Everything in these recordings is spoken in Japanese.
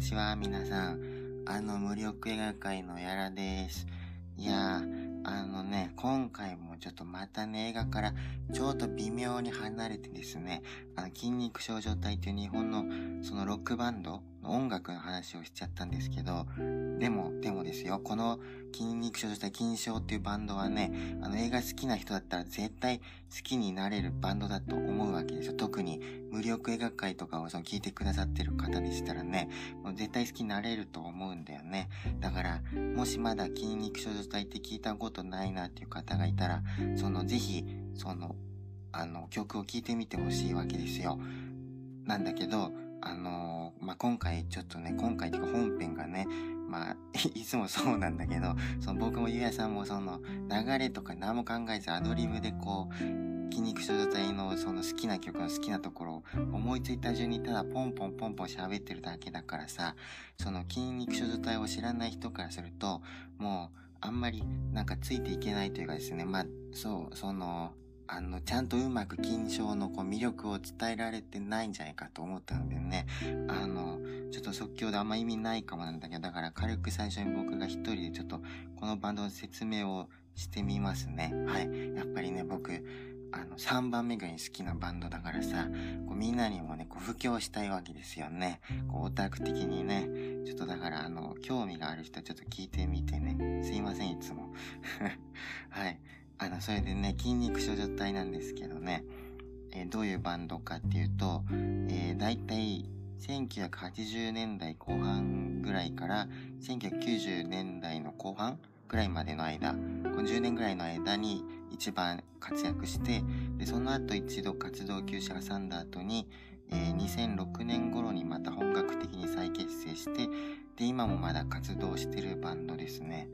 ちは皆さんあの無力映画界のやらですいやーあのね今回もちょっとまたね映画からちょっと微妙に離れてですねあの筋肉症状体という日本のそのロックバンドの音楽の話をしちゃったんですけどでもでもですよこの筋肉症状体筋症っていうバンドはねあの映画好きな人だったら絶対好きになれるバンドだと思うわけですよ特に無力映画界とかをその聞いてくださってる方でしたらね、もう絶対好きになれると思うんだよね。だから、もしまだ筋肉症状体って聞いたことないなっていう方がいたら、そのぜひ、その、あの、曲を聴いてみてほしいわけですよ。なんだけど、あのー、まあ、今回ちょっとね、今回っていうか本編がね、まあ、 いつもそうなんだけど、その僕もゆうやさんもその流れとか何も考えずアドリブでこう、筋肉症状体のその好きな曲の好きなところを思いついた順にただポンポンポンポン喋ってるだけだからさ、その筋肉症状体を知らない人からすると、もうあんまりなんかついていけないというかですね、まあ、そう、その、あの、ちゃんとうまく金賞のこう魅力を伝えられてないんじゃないかと思ったんでね、あの、ちょっと即興であんま意味ないかもなんだけど、だから軽く最初に僕が一人でちょっとこのバンドの説明をしてみますね。はい。やっぱりね、僕、あの、3番目ぐらいに好きなバンドだからさ、こうみんなにもね、こう、布教したいわけですよね。こう、オタク的にね。ちょっとだから、あの、興味がある人はちょっと聞いてみてね。すいません、いつも。 はい。あの、それでね、筋肉症状体なんですけどね、えー、どういうバンドかっていうと、えー、大体、1980年代後半ぐらいから、1990年代の後半ぐらいまでの間、この10年ぐらいの間に、一番活躍してでその後一度活動休止が挟んだ後に、えー、2006年頃にまた本格的に再結成してで今もまだ活動してるバンドですね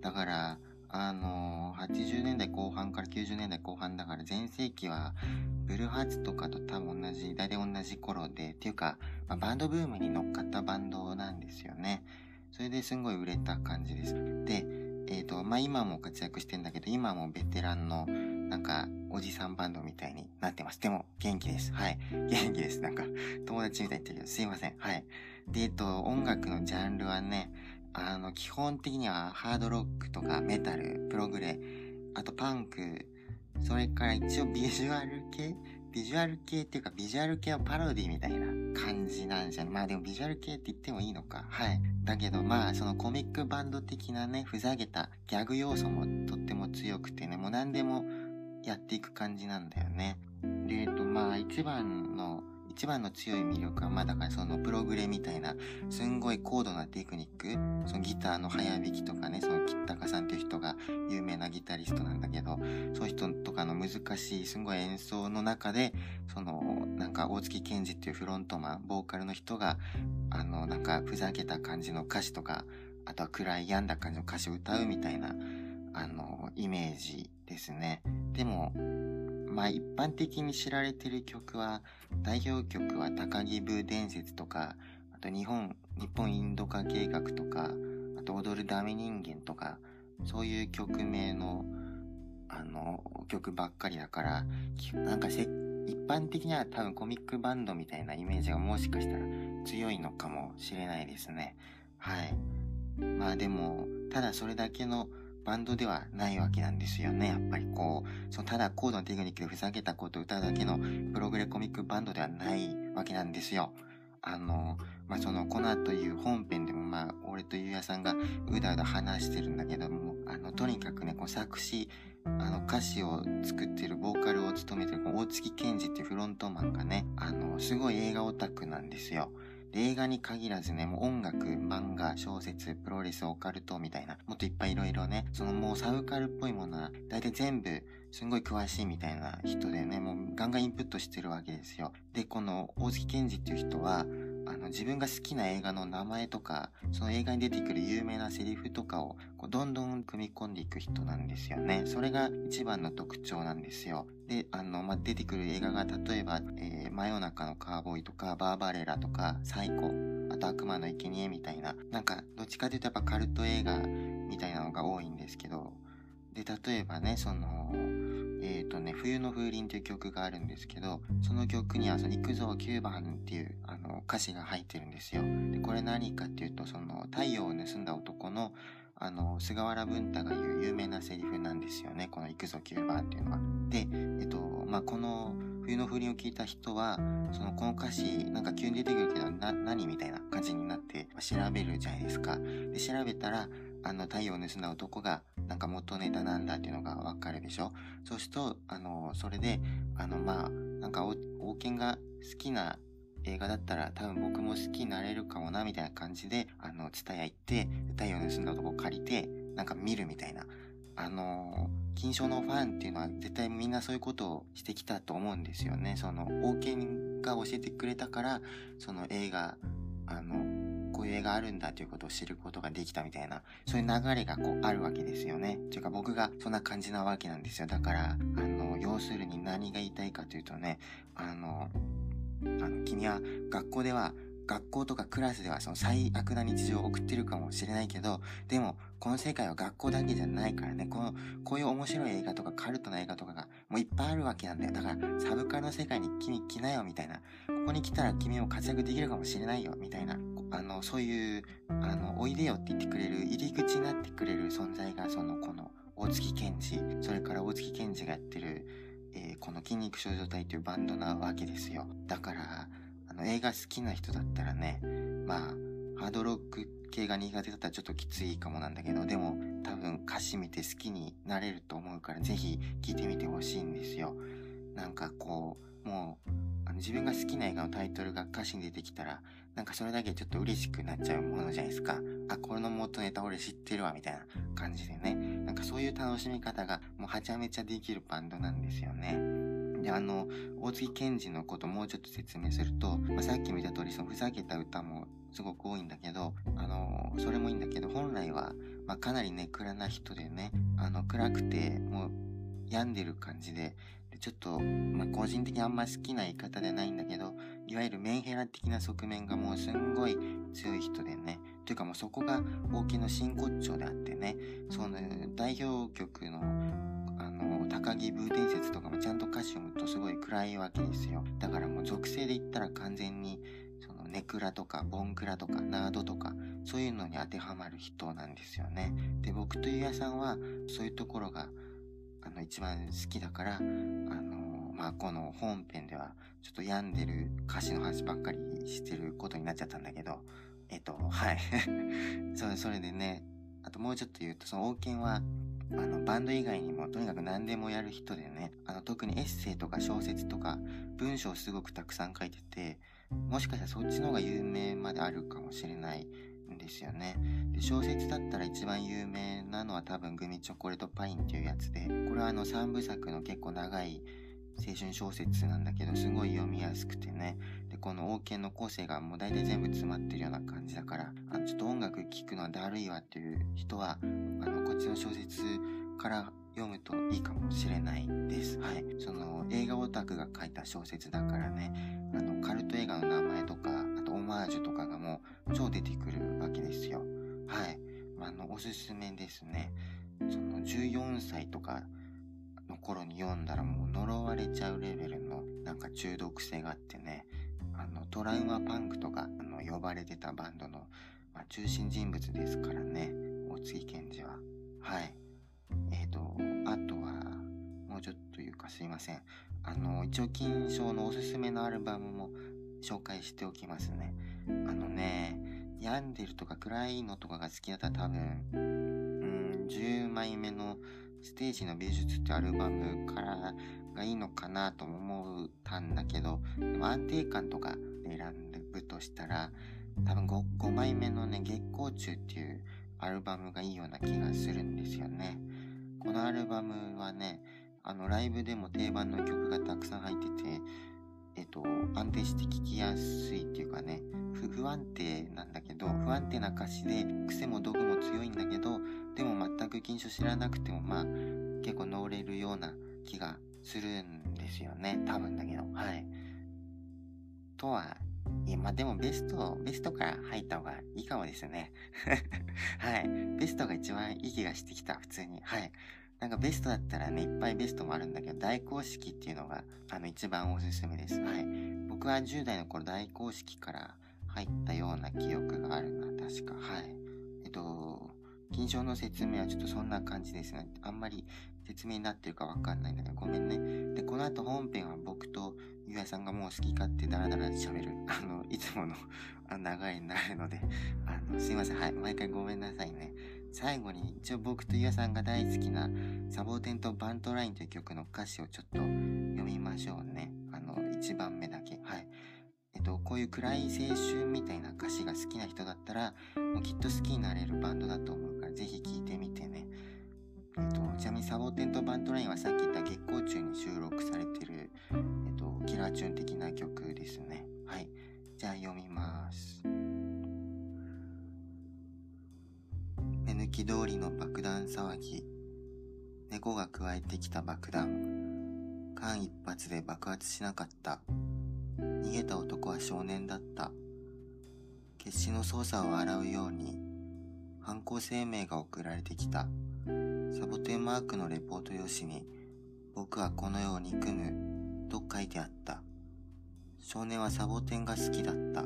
だからあのー、80年代後半から90年代後半だから全盛期はブルーハーツとかと多分同じ大体同じ頃でっていうか、まあ、バンドブームに乗っかったバンドなんですよねそれですんごい売れた感じですでえーとまあ、今も活躍してんだけど今もベテランのなんかおじさんバンドみたいになってますでも元気ですはい 元気ですなんか友達みたいに言ってるけどすいませんはいでえっ、ー、と音楽のジャンルはねあの基本的にはハードロックとかメタルプログレあとパンクそれから一応ビジュアル系ビジュアル系っていうかビジュアル系はパロディみたいな感じなんじゃねまあでもビジュアル系って言ってもいいのかはいだけどまあそのコミックバンド的なねふざけたギャグ要素もとっても強くてねもう何でもやっていく感じなんだよねでえっとまあ一番の一番の強い魅力はまあだからそのプログレみたいなすんごい高度なテクニックそのギターの早弾きとかねその吉高さんっていう人が有名なギタリストなんだけどそういう人とかの難しいすんごい演奏の中でそのなんか大月健二っていうフロントマンボーカルの人があのなんかふざけた感じの歌詞とかあとは暗い病んだ感じの歌詞を歌うみたいなあのイメージですねでもまあ一般的に知られてる曲は、代表曲は高木ブー伝説とか、あと日本、日本インド化計画とか、あと踊るダメ人間とか、そういう曲名の、あの、曲ばっかりだから、なんかせ、一般的には多分コミックバンドみたいなイメージがもしかしたら強いのかもしれないですね。はい。まあでも、ただそれだけの、バンドではないわけなんですよね。やっぱりこう、そのただ高度なテクニックでふざけたことを歌うだけのプログレコミックバンドではないわけなんですよ。あの、まあ、その、この後いう本編でも、まあ、俺とゆうやさんがうだうだ話してるんだけども、あの、とにかくね、こう作詞、あの、歌詞を作ってるボーカルを務めてる、こう大月健二っていうフロントマンがね、あの、すごい映画オタクなんですよ。映画に限らずね、もう音楽、漫画、小説、プロレス、オカルトみたいな、もっといっぱいいろいろね、そのもうサブカルっぽいものは、大体全部、すんごい詳しいみたいな人でね、もうガンガンインプットしてるわけですよ。で、この大月健二っていう人は、あの自分が好きな映画の名前とかその映画に出てくる有名なセリフとかをこうどんどん組み込んでいく人なんですよねそれが一番の特徴なんですよであの、まあ、出てくる映画が例えば、えー「真夜中のカーボーイ」とか「バーバレラ」とか「サイコ」あと「悪魔の生贄みたいななんかどっちかというとやっぱカルト映画みたいなのが多いんですけどで例えばねそのえっ、とね、冬の風鈴っていう曲があるんですけど、その曲にはその行くぞ9番っていうあの歌詞が入ってるんですよ。で、これ何かっていうと、その太陽を盗んだ男のあの菅原文太が言う有名なセリフなんですよね。この行くぞ9番っていうのは。で、えっ、と、まあ、この冬の風鈴を聞いた人は、そのこの歌詞なんか急に出てくるけどな何みたいな感じになってまあ調べるじゃないですか。で調べたらあの太陽を盗んだ男がなんか元ネタなんだっていうのがわかるでしょ。そうするとあのそれであのまあなんかお王権が好きな映画だったら多分僕も好きになれるかもなみたいな感じであの蔦屋行って太陽を盗んだ男を借りてなんか見るみたいなあのー金賞のファンっていうのは絶対みんなそういうことをしてきたと思うんですよね。その、王権が教えてくれたから、その映画、あの、こういう映画あるんだということを知ることができたみたいな、そういう流れがこうあるわけですよね。というか僕がそんな感じなわけなんですよ。だから、あの、要するに何が言いたいかというとね、あの、あの君は学校では学校とかクラスではその最悪な日常を送ってるかもしれないけどでもこの世界は学校だけじゃないからねこのこういう面白い映画とかカルトな映画とかがもういっぱいあるわけなんだよだからサブカルの世界に君来なよみたいなここに来たら君も活躍できるかもしれないよみたいなこあのそういうあのおいでよって言ってくれる入り口になってくれる存在がそのこの大月健二それから大月健二がやってる、えーこの「筋肉少女隊」というバンドなわけですよだからあの映画好きな人だったらねまあハードロック系が苦手だったらちょっときついかもなんだけどでも多分歌詞見て好きになれると思うからぜひ聴いてみてほしいんですよなんかこうもうあの自分が好きな映画のタイトルが歌詞に出てきたらなんかそれだけでちょっと嬉しくなっちゃうものじゃないですかあこの元ネタ俺知ってるわみたいな感じでねなんかそういう楽しみ方がもうはちゃめちゃできるバンドなんですよねであの大月健二のこともうちょっと説明すると、まあ、さっき見た通りそのふざけた歌もすごく多いんだけどあのそれもいいんだけど本来は、まあ、かなりね暗な人でねあの暗くてもう病んでる感じででちょっと、まあ、個人的にあんま好きな言い方ではないんだけどいわゆるメンヘラ的な側面がもうすんごい強い人でねというかもうそこが王権の真骨頂であってねその代表曲のあの高木ブー伝説とかもちゃんと歌詞読むとすごい暗いわけですよだからもう属性で言ったら完全にそのネクラとかボンクラとかナードとかそういうのに当てはまる人なんですよねで僕とゆうやさんはそういうところがあの一番好きだからあのまあこの本編ではちょっと病んでる歌詞の話ばっかりしてることになっちゃったんだけどえっとはい そうそれでねあともうちょっと言うとその王権はあのバンド以外にもとにかく何でもやる人でねあの特にエッセイとか小説とか文章をすごくたくさん書いててもしかしたらそっちの方が有名まであるかもしれないんですよねで小説だったら一番有名なのは多分「グミチョコレートパイン」っていうやつでこれはあの3部作の結構長い青春小説なんだけどすごい読みやすくてねでこの王権の構成がもう大体全部詰まってるような感じだからあのちょっと音楽聴くのはだるいわっていう人はあのこっちの小説から読むといいかもしれないです。はい、その映画オタクが書いた小説だからねあのカルト映画の名前とかあとオマージュとかがもう超出てくるわけですよ。はい、まああのおすすめですね。その14歳とかの頃に読んだらもう呪われちゃうレベルのなんか中毒性があってねあのトラウマパンクとかあの呼ばれてたバンドの、まあ、中心人物ですからね大月健二ははいえー、とあとはもうちょっと言うかすいませんあの一応金賞のおすすめのアルバムも紹介しておきますねあのね病んでるとか暗いのとかが好きだったら多分うん10枚目のステージの美術ってアルバムからがいいのかなとも思ったんだけどでも安定感とかで選ぶとしたら多分 5, 5枚目のね月光中っていうアルバムがいいような気がするんですよねこのアルバムはねあのライブでも定番の曲がたくさん入っててえっと安定して聴きやすいっていうかね不不安定なんだけど不安定な歌詞で癖も毒も強いんだけどでも全く禁書知らなくてもまあ結構乗れるような気がするんですよね多分だけどはいとはいえまあでもベストベストから入った方がい いかもですねはいベストが一番いい気がしてきた普通にはいなんかベストだったらね、いっぱいベストもあるんだけど、大公式っていうのが、あの、一番おすすめです。はい。僕は10代の頃、大公式から入ったような記憶があるな、確か。はい。えっと、金賞の説明はちょっとそんな感じですね。あんまり説明になってるかわかんないんだけど、ごめんね。で、この後本編は僕とゆうやさんがもう好き勝手ダラダラ喋る、あの、いつものあの流れになるので、あの、すいません。はい。毎回ごめんなさいね。最後に一応僕とゆうやさんが大好きなサボテンとバントラインという曲の歌詞をちょっと読みましょうね。あの、1番目だけ。はい。えっと、こういう暗い青春みたいな歌詞が好きな人だったら、もうきっと好きになれるバンドだと思うから、ぜひ聴いてみてね。えっと、ちなみにサボテンとバントラインはさっき言った月光中に収録されてる、えっと、キラーチューン的な曲ですね。はい。じゃあ読みます。目抜き通りの爆弾騒ぎ。猫が加えてきた爆弾間一髪で爆発しなかった逃げた男は少年だった決死の捜査を洗うように犯行声明が送られてきたサボテンマークのレポート用紙に僕はこの世を憎むと書いてあった少年はサボテンが好きだった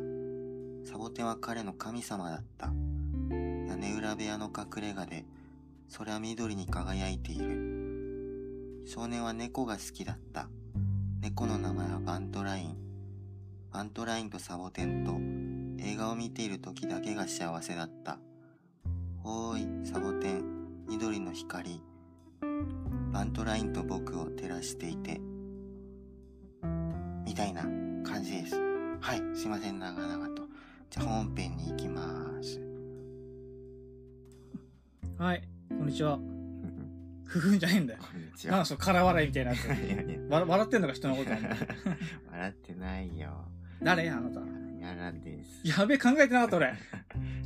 サボテンは彼の神様だった屋根裏部屋の隠れ家でそれは緑に輝いている少年は猫が好きだった猫の名前はバントラインバントラインとサボテンと映画を見ている時だけが幸せだったおーいサボテン緑の光バントラインと僕を照らしていてみたいな感じですはいすいません長々とじゃあ本編に行きますはい、こんにちは。ふふんじゃねえんだよ。こんにちなんだその空笑いみたいなやつ。いやいやわ笑ってんのか人 のことなんだ笑ってないよ。誰あなた。やらです。やべえ、考えてなかった俺。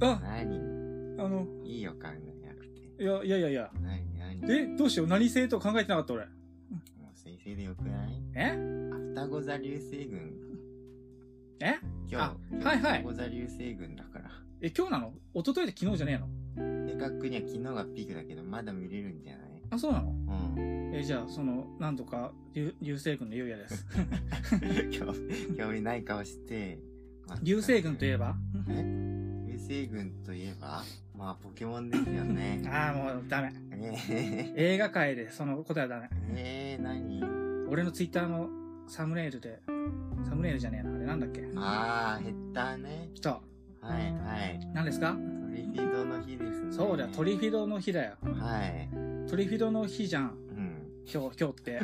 あ、何あの、いいよ、考えなくて。いやいやいやいや。何何え、どうしよう何性と考えてなかった俺。もう先生でよくないえアフタゴザ流星群。え今あ日、今日はいはアいフタゴザ流星群だから。え、今日なの一昨日で昨日じゃねえの正確には昨日がピークだけど、まだ見れるんじゃないあ、そうなのうん。え、じゃあ、その、なんとか、流流星群のゆうやです。 今日、 興味ない顔して。まあ流星群といえば。え流星群といえばまあ、ポケモンですよね ああ、もうダメ。ね映画界でその答えはダメえ。。ねえ、何俺のツイッターのサムネイルで、サムネイルじゃねえな。あれなんだっけああ、ヘッダーね。来た。はいはい。何ですかトリフィドの日ですね。そうだよ、トリフィドの日だよ。はい。トリフィドの日じゃん。うん。 今日、今日って。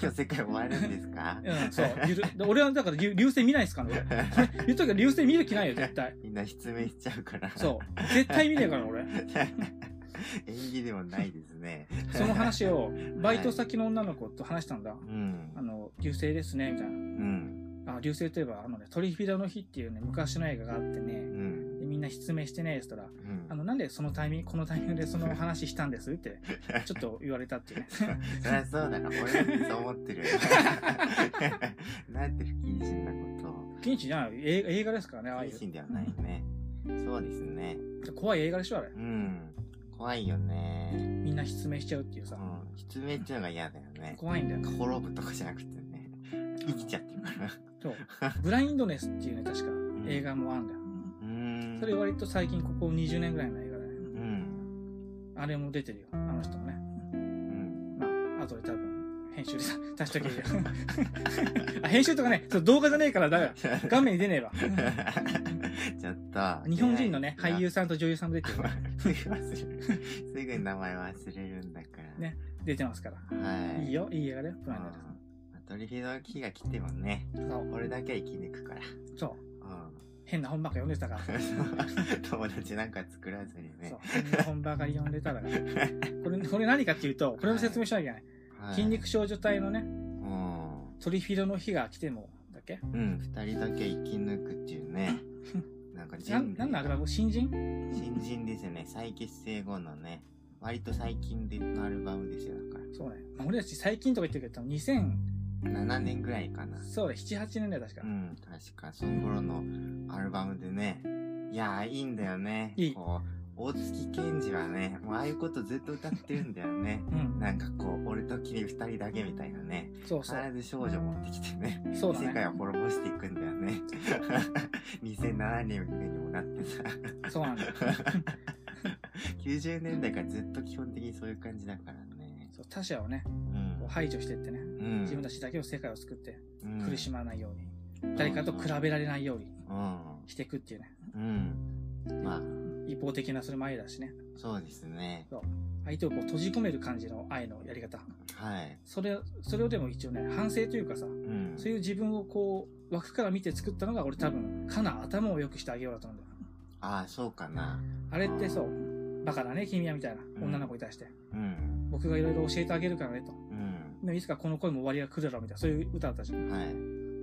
今日世界終わるんです かうん、そう。ゆるで俺はだから流流星見ないですから、俺。言っとくけど流星見る気ないよ、絶対。みんな失明しちゃうから。 そう。絶対見ねえから、俺。演技でもないですね。その話を、バイト先の女の子と話したんだ。うんあ。の、流星ですね、みたいうん。な。あ、流星といえば、あのね、トリフィドの日っていうね、昔の映画があってうね、ん。でみんな失明してね、って言ったら、うん。あの、なんでそのタイミング、このタイミングでその話したんですって、ちょっと言われたっていうね。 そりゃそうだな。俺はそう思ってる。なんて不謹慎なこ禁止じゃない映映画ですからね、と。あ不あい。謹慎ではないうね。そうですね。怖い映画でしょ、あれう。ん。怖いよね。みんな失明しちゃうっていうさう。ん。失明っていうのが嫌だよね。怖いんだよ。滅ぶとかじゃなくてね生きちゃってるからそう。ブラインドネスっていうね、確か映画もあるんだよ。うーんそれ割と最近、ここ20年ぐらいの映画で、うね、んあれも出てるよ、あの人もね。うんまあ、後で多分、編集 でさ足しとけるよ。あ、編集とかね、そう動画じゃねえからだよ。画面に出ねえわ。ちょっと日本人のね、俳優すさんと女優さんも出てるぐ忘れるすぐ名前忘れるんだからね出てますから。はいいいよ、いい映画だよ、ブうんラインドネまあトリフィードの木が来てもねス。そう。俺だけは生き抜くからそう。う変な本ばっか読んでたから。ん 友達なんか作らずにねそう。変な本ばかり読んで たから。これ、これ何かっていうと、これも説明しなきゃいけない。はい筋肉少女隊のね、うんトリフィドの日が来ても、だっけうん二人だけ生き抜くっていう ねなんか人な類んなんだあれは新人新人ですね再結成後のね割と最近でのアルバムですよだかそうね。まあ俺たち最近とか言ってるけど、2000、ら7年ぐらいかなそうだ、7、8年だよ、確かう。ん確かその頃のアルバムでねいやーいいんだよねいいこ大月健二はね、もうああいうことずっと歌ってるんだよね。うん。なんかこう、俺と君二人だけみたいなね。そう必そう。ず少女持ってきてね。そうだ世ね。界を滅ぼしていくんだよ ね。2007年にもなってさ。そう なんだよ。 90年代からずっと基本的にそういう感じだからね。そう他者をね、うんこう排除してってね。うん自分たちだけの世界を救って、うん苦しまないように、誰かと比べられないようにうん。していくっていうね。うん。まあ、一方的なそれも愛だしね。そうですね。相手をこう閉じ込める感じの愛のやり方。はい。それ、それをでも一応ね、反省というかさ、うん。そういう自分をこう、枠から見て作ったのが俺多分、かな頭を良くしてあげようだと思うんだよ。ああ、そうかな。あれってそう、バカだね、君はみたいな女の子に対して。うん。僕がいろいろ教えてあげるからねと。うん。でもいつかこの恋も終わりが来るだろうみたいな、そういう歌だったじゃん。はい。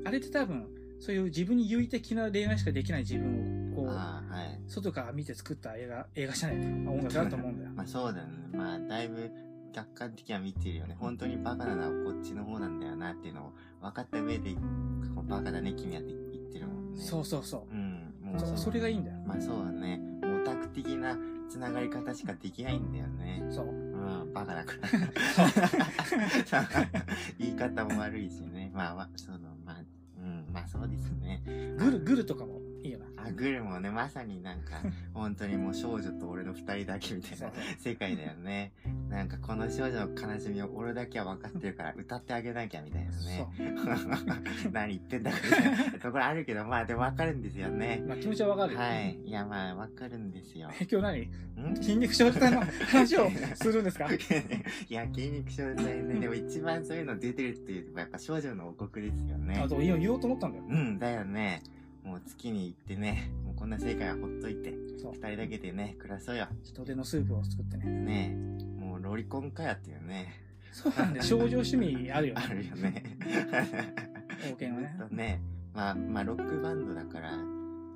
あれって多分、そういう自分に優位的な恋愛しかできない自分を、こう、ああ、はい。外から見て作った映画、映画じゃない、まあ音楽だと思うんだよ。 まあそうだね。まあ、だいぶ客観的には見てるよね。本当にバカなのはこっちの方なんだよなっていうのを分かった上で、こうバカだね、君はって言ってるもんね。。そうそうそうん。もう。うそうそれがいいんだよ。まあそうだね。もうオタク的なつながり方しかできないんだよね。そう。うん、バカだ から。 言い方も悪いしね。まあ、まあその、まあ、うん、まあそうですね。グル、グルとかもいいよな。あ、グルもね、まさになん か、本当にもう少女と俺の二人だけみたいそうな世界だよね。なんかこの少女の悲しみを俺だけは分かってるから歌ってあげなきゃみたいなね。そう。 何言ってんだかみたいなところあるけど、まあでも分かるんですよね。まあ気持ちはわかるよ。はい。いやまあ分かるんですよ。んえ今日何筋肉症態の話をするん ですかいや、筋肉症態ね。でも一番そういうの出てるっていうのはやっぱ少女の王国ですよねあ、。そう言おう言おうと思ったんだよ。うん、だよね。もう月に行ってね、もうこんな世界はほっといて、そう。二人だけでね、暮らそうよ。ちょっと腕のスープを作ってね。ねえ、もうロリコンかやっていう ね。そう なんで、症状趣味あるよあね。るよね。貢献はねずっ。とね、まあ、まあ、ロックバンドだから、な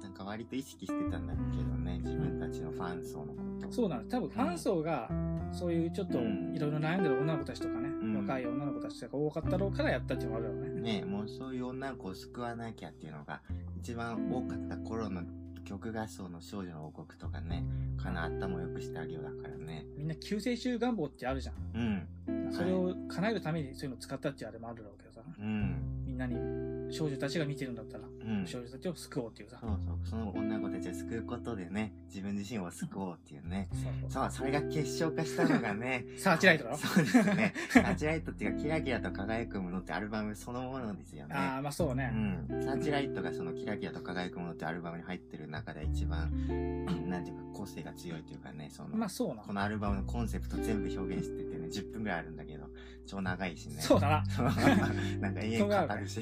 んか割と意識してたんだけどね、自分たちのファン層のこと。そうなの。多分ファン層が、そういうちょっと、うんいろいろ悩んでる女の子たちとかね、ん若い女の子たちが多かったろうからやったっていうのもあるよね。ねえ、もうそういう女の子を救わなきゃっていうのが、一番多かった頃の曲合奏の少女の王国とかね、かな、頭を良くしてあげようだからね。みんな救世主願望ってあるじゃん。うん。それを叶えるためにそういうの使ったっていうあれもあるだろうけどさ。うん。みんなに少女たちが見てるんだったら、うん。少女たちを救おうっていうさ。そうそう、その女の子たちを救うことでね、自分自身を救おうっていうね。そうそうそう、それが結晶化したのがね、 サーチライトだろそうですね。サーチライトっていうか、キラキラと輝くものってアルバムそのものですよ あね。あ、まあそううね。ん。サーチライトがそのキラキラと輝くものってアルバムに入ってる中で一番、 うんなんていうか、個性が強いというかね、その、まあそうなこ。のアルバムのコンセプト全部表現しててね、10分ぐらいあるんだけど、超長いしね。そうだ な。なんか永遠語る し。い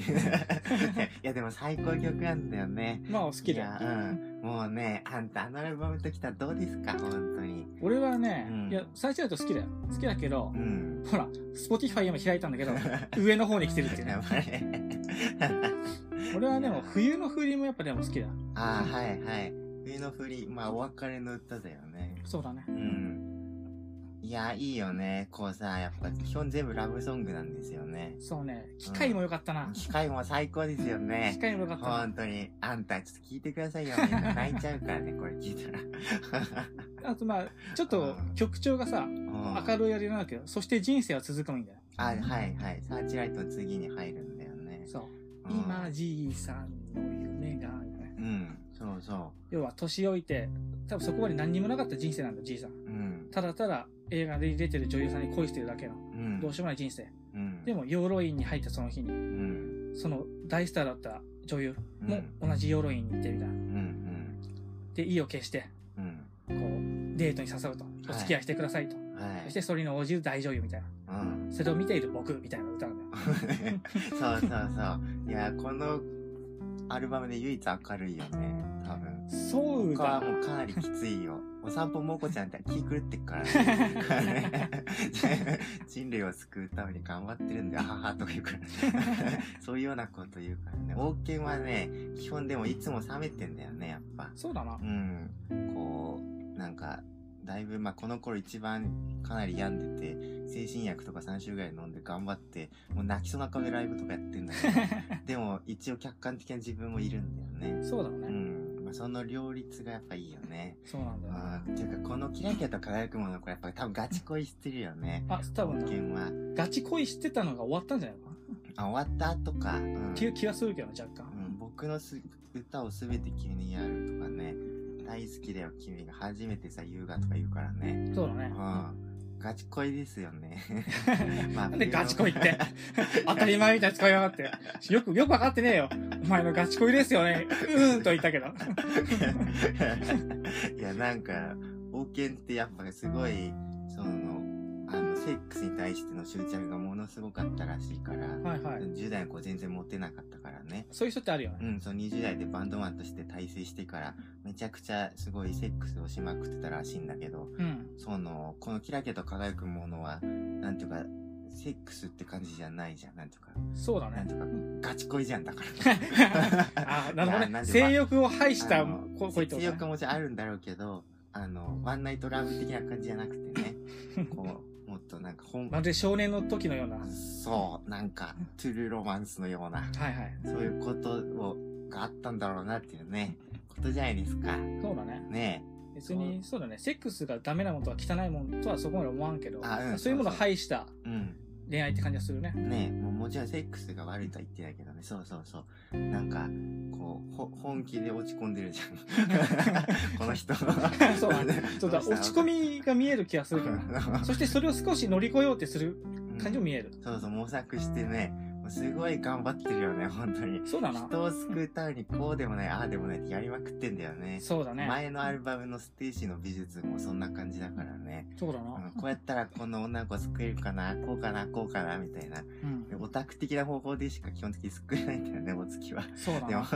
や、でも最高の曲なんだよね。まあ好きいだよや、。うん。もうね、あんたあのアルバムときたらどうですか本当に。俺はね、うんいや、サーチライト好きだよ。好きだけどう、ん。ほら、スポティファイ今開いた んだけど、上の方に来てるっていうやね。ばい。俺はでも冬の風鈴もやっぱでも好きだ。 ああ、はいはい。冬の振り、まあお別れの歌だよね。そうだねう。ん。いや、いいよね。こうさ、やっぱ基本全部ラブソングなんですよね。そうね。機械も良かったな。機械も最高ですよ機ね。械も良かった本当に。あんた、ちょっと聞いてくださいよ。みんな泣いちゃうからね、 これ聞いたら。な。あとまあ、ちょっと曲調がさ、明い。るいやりなんだけど、そして人生は続くもいいんだよ。あ、はいはい。サーチライトの次に入るんだよね。そう。うん今、じいさんの夢が、みたいなねうん、そうそ要は年老いて、多分そこまで何にもなかった人生なんだよ、じいさん。う。うん。ただただ映画で出てる女優さんに恋してるだけの、うん。どうしようもない人生。うん。でも、養老院に入ったその日に、うん。その大スターだった女優うん。うもん。同じ養老院に行ってみたいな。うん。で、意を決して、うん。こう、デートに誘うと。お付き合いしてくださいと。はい。そして、それに応じる大女優みたいな。うん。それを見ている僕みたいな歌なんだよ。そうそうそう。いや、このアルバムで唯一明るいよね、多分。そう他はだ。もうかなりきついよ。お散歩もこちゃんって気狂ってっから ね。人類を救うために頑張ってるんだよ、母とか言う から。そういうようなこと言うからね。王権はね、基本でもいつも冷めてんだよね、やっぱ。そうだな う。ん、こうなんかだいぶ、まあ、この頃一番かなり病んでて精神薬とか3週ぐらい飲んで頑張ってもう泣きそうな顔 でライブとかやってんだけどでも一応客観的な自分もいるんだよね。そうだうね。ん、まあ、その両立がやっぱいいよね。そうなんだよ、ね。あーっていうか、このキラキラと輝くもの、これやっぱり多分ガチ恋してるよね。あ、多分本な件は。ガチ恋してたのが終わったんじゃないのかな、あ、終わった後か。うん。気気はするけどね、若干。うん、僕のす歌をすべて君にやるとかね。大好きだよ、君が。初めてさ、優雅とか言うからね。そうだねう。ん。ガチ恋ですよね。まあなんでガチ恋って。当たり前みたいに使いやがって。よく、よく分かってねえよ。お前のガチ恋ですよね。うーんと言ったけど。いや、なんか、王権ってやっぱすごい、その、あの、セックスに対しての執着がものすごかったらしいから、はいはい。 10代の子全然モテなかったからね。そういう人ってあるようね。ん、その20代でバンドマンとして大成してから、めちゃくちゃすごいセックスをしまくってたらしいんだけど、うん。その、このキラキラと輝くものは、なんていうか、セックスって感じじゃないじゃん、なんていうか。そうだなんねて。いうか、ガチ恋じゃんだから。あなるほどいやね。性欲を排しあた、のここういった性欲はもちろんあるんだろうけど、あの、ワンナイトラブ的な感じじゃなくて ね、こう、もっとなんか本ま、るで少年の時のような。はいそう、なんか、トゥルーロマンスのような、はい。そういうことを、があったんだろうなっていうね、ことじゃないですか。そうだね。ね別に、そうだね。セックスがダメなものとは汚いものとはそこまで思わんけど、あうんそういうものを排したえ、うん。恋愛って感じがする ね。ねえ、もうもちろんセックスが悪いとは言ってないけどね、そうそうそう。なんか、こう、ほ、本気で落ち込んでるじゃん。 この人。そう だね。そうだ、落ち込みが見える気がするけどね。そしてそれを少し乗り越えようってする感じも見える。そうそう、模索してね、もうすごい頑張ってるよね、本当に。そうだな。人を救うためにこうでもない、ああでもないってやりまくってんだよね。そうだね。前のアルバムのステージの美術もそんな感じだからね。そうだうんな。こうやったらこの女の子救えるかな、こうかな、こうかな、みたいな。うん。オタク的な方法でしか基本的に救えないんだよね、お月は。そうだでも な。、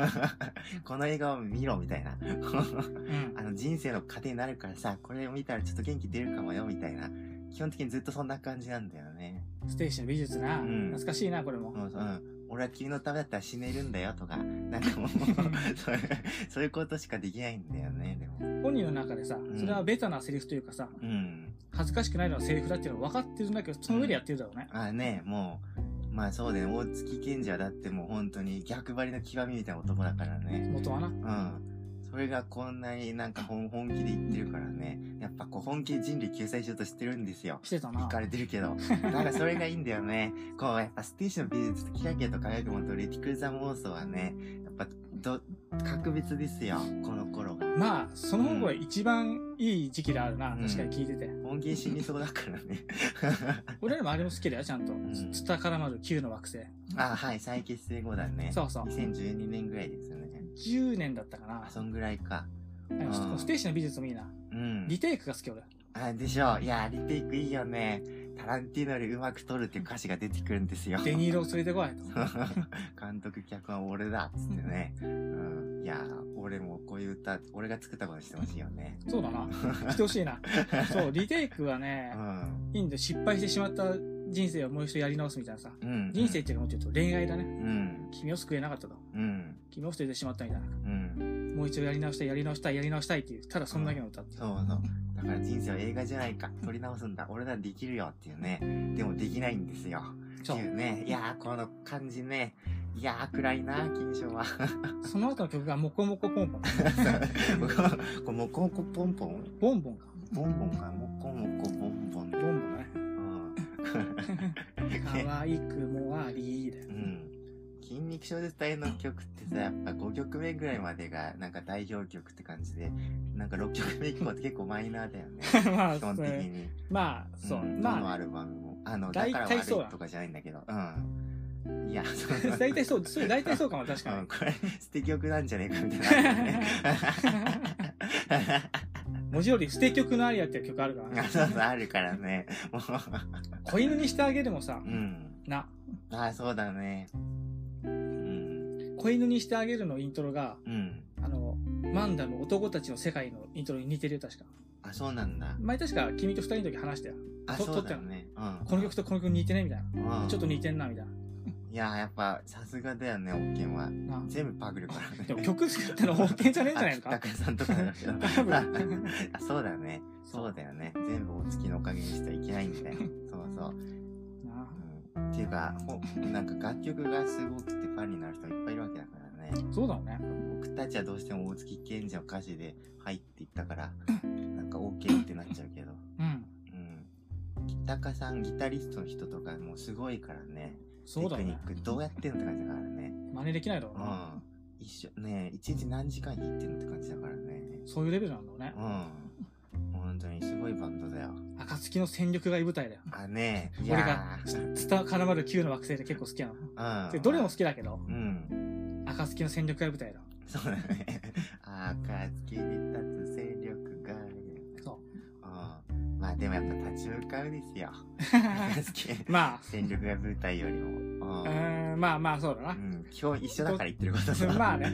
この映画を見ろ、みたいな。 うんあ。の人生の糧になるからさ、これを見たらちょっと元気出るかもよ、みたいな。基本的にずっとそんな感じなんだよね。ステーシの美術な。うん懐かしいな、これも。うんうん、俺は君のためだったら死ねるんだよとか、なんかもうそういう、そういうことしかできないんだよね、でも。本人の中でさ、んそれはベタなセリフというかさ、うん。恥ずかしくないのはセリフだっていうのは分かってるんだけど、その上でやってるだろうね。ああね、もう、まあそうだよ、大月健二はだってもう本当に逆張りの極みみたいな男だからね。元はな。うん。それがこんなになんか本本気で言ってるからね。やっぱこう本気で人類救済しようとしてるんですよ。してた行な。かれてるけ ど。なんかそれがいいんだよね。こう、やっぱステージの美術とキラキラと輝くものとレティクル・ザ・妄想はね、やっぱ、ど、格別ですよ。この頃が。まあ、その方が一番いい時期であるな。うん確かに聞いてて。本気に死にそうだから ね。俺らもあれも好きだよ、ちゃんとん。ツタからまる9の惑星。あ、はい、再結成後だね。そうそう。 2012年ぐらいですよね。 10年だったかあ、な。そんぐらいか。でもうんステーシの美術もいいな。うん。リテイクが好き俺。あ、でしょう。いや、リテイクいいよね。タランティーノよりうまく撮るっていう歌詞が出てくるんですよ。デニーロを連れてこいと。 監督脚は俺だっつってね、うん、いやー俺もこういう歌俺が作ったことにしてほしいよねそ うだな。してほしいな。そう、リテイクはねう、ん、いいんだよ失敗してしまった人生をもう一度やり直すみたいなさ。うん、人生っていうのはもうちょっと恋愛だねう。ん君を救えなかったと。うん君を捨ててしまったみたいな。うんもう一度やり直したい、やり直したい、やり直したいっていう、ただそんだけの歌って。そうそうだから人生は映画じゃないか撮り直すんだ俺ならできるよっていうねでもできないんですよってそいうう。ねいやーこの感じねいやー暗いな金賞 はその後の曲がモコモコポンポン。こうもこもこポンポンボンボンか。ボンボンかもこもこボンボンねボンボン ね。うん可愛くもありだよう。ん筋肉小絶対の曲ってさ、やっぱ5曲目ぐらいまでがなんか代表曲って感じで、なんか6曲目以降って結構マイナーだよ ね。まあ、基そ本的う。に。まあ、そう。んどのまアあ、ルバムも。あの、だ大から体悪そういだとかじゃないんだけど。うん。いや、そう 大体そう、そう大体そうかも、確うかん、こ れ、捨て曲なんじゃねえかみたいなのあるよね。 に。文字より捨て曲のありやっていう曲あるからあね。そうそう、あるからね。もう、子犬にしてあげるもさう、ん。な、ああ、そうだね。うん。子犬にしてあげるのイントロが、うん。あの、マンダの男たちの世界のイントロに似てるよ、確か。あ、そうなんだ。前確か君と二人の時話したよ。あ、とそうだよね。うん。この曲とこの曲似てねみたいな。うんちょっと似てんな、みたいいやーやっぱさすがだよ ね、オッケンは。な。な全部パグるからね。でも曲作ったの方言じゃねえんじゃないのあか北川さんとかだけど。多分 あそうだよね。そうだよね。全部お月のおかげにしちゃいけないんだよ。そうそう。なうん、っていうか、ほなんか楽曲がすごくてファンになる人いっぱいいるわけだからね。そうだよね。僕たちはどうしても大月健二の歌詞で入っていった から、なんか OK ってなっちゃうけど。うん。うん。北かさん、ギタリストの人とかもうすごいからね。そうだテクニねッ。クどうやってんのって感じだからね。真似できないだろううな。ん。一緒、ねえ一日何時間弾いてんのって感じだからね。そういうレベルなんだろうねう。ん。本当にすごいバンドだよ。暁の戦力外舞台だよ。あ、ねえ。い俺がやツタ絡まる Q の惑星で結構好きなの。ーうん。でどれも好きだけど、うん。暁の戦力外舞台だ。そうだね。 あかつきに立つ勢力が。。そう うん。まあでもやっぱ立ち向かうですよ。 あかつき。ま戦力が舞台よりも。あ、う。うんーん、まあまあそうだうな。ん、今日一緒だから言ってることさ。ま あね。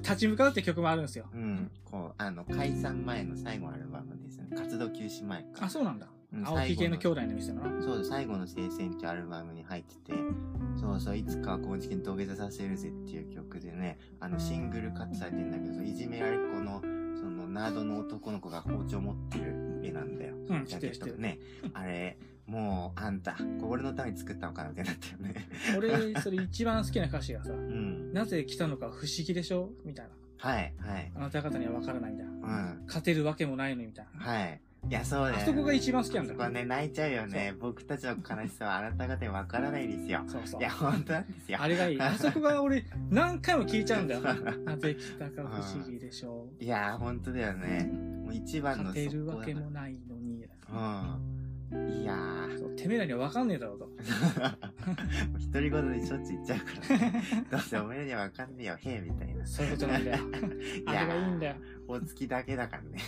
立ち向かうって曲もあるんですよ。うん、こう、あの、解散前の最後のアルバムですね。活動休止前か。あ、そうなんだ。うん青木系の最兄後弟の店だな。そうです、最後の聖戦っていうアルバムに入ってて、そうそう、いつか高知県土下座させるぜっていう曲でね、あの、シングルカットされてんだけど、いじめられっ子の、その、ナードの男の子が包丁持ってる絵なんだよ。うんジャケットがね。あれ、もう、あんた、こ俺のために作ったのかなみたいになったよね。 俺、それ一番好きな歌詞がさ、うん。なぜ来たのか不思議でしょみたいな。はい、はい。あなた方には分からないみたいな。うん。勝てるわけもないのにみたいな。はい。いや、そうだよ、あね。そこが一番好きなんそだよ。こはね、泣いちゃうよね。僕たちの悲しさはあなた方にわからないですよ。そうそういや、。本当なんですよ。あれ がいい。あそこが俺、何回も聞いちゃうんだよ。なぜ来たか不思議でしょいや、本当だよね。もう一番の勝てるわけそもこないのに。だうん。いや ー。そうてめえらには分かんねえだろうと。もう独り言でしょっちゅう言っちゃうからね。どうせおめえにはわかんねえよ、へえ、みたいな。そういうこと なんだよ。あれがいいんだよ。お月だけだからね。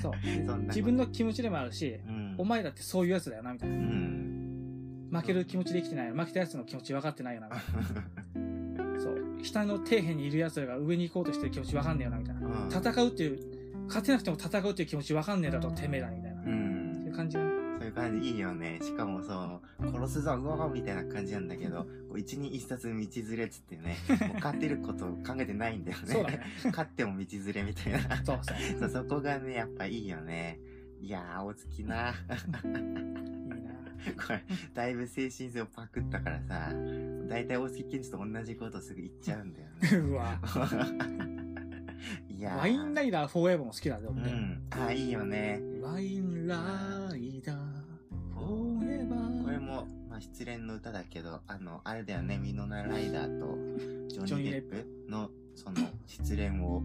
そう。そんな。自分の気持ちでもあるし、うん。お前だってそういうやつだよな、みたいうな。ん。負ける気持ちで生きてないよ。負けたやつの気持ち分かってないよな、みたいな。そう。下の底辺にいるやつらが上に行こうとしてる気持ち分かんねえよな、みたいな。うん戦うっていう、勝てなくても戦うっていう気持ち分かんねえだろ、てめえらに、みたいな。うそんういう感じがね。そういう感じいいよね。しかもそう、殺すぞ、うおーみたいな感じなんだけど、こう一人一冊道連れっつってね、もう勝てることを考えてないんだよね。そうだね。勝っても道連れみたいな。そうそう。そうそこがね、やっぱいいよね。いやー、お月な。いいな。これ、だいぶ精神性をパクったからさ、だいたい大月健二と同じことすぐ言っちゃうんだよね。 うわ。 いやーワインライダーフォーエバーも好きだね、う俺ね。ん。あ、いいよね。ワインライダーフォーエバー。これも、まあ、失恋の歌だけど、あの、あれだよね、ミノナライダーとジョニー・デップの、その、失恋を、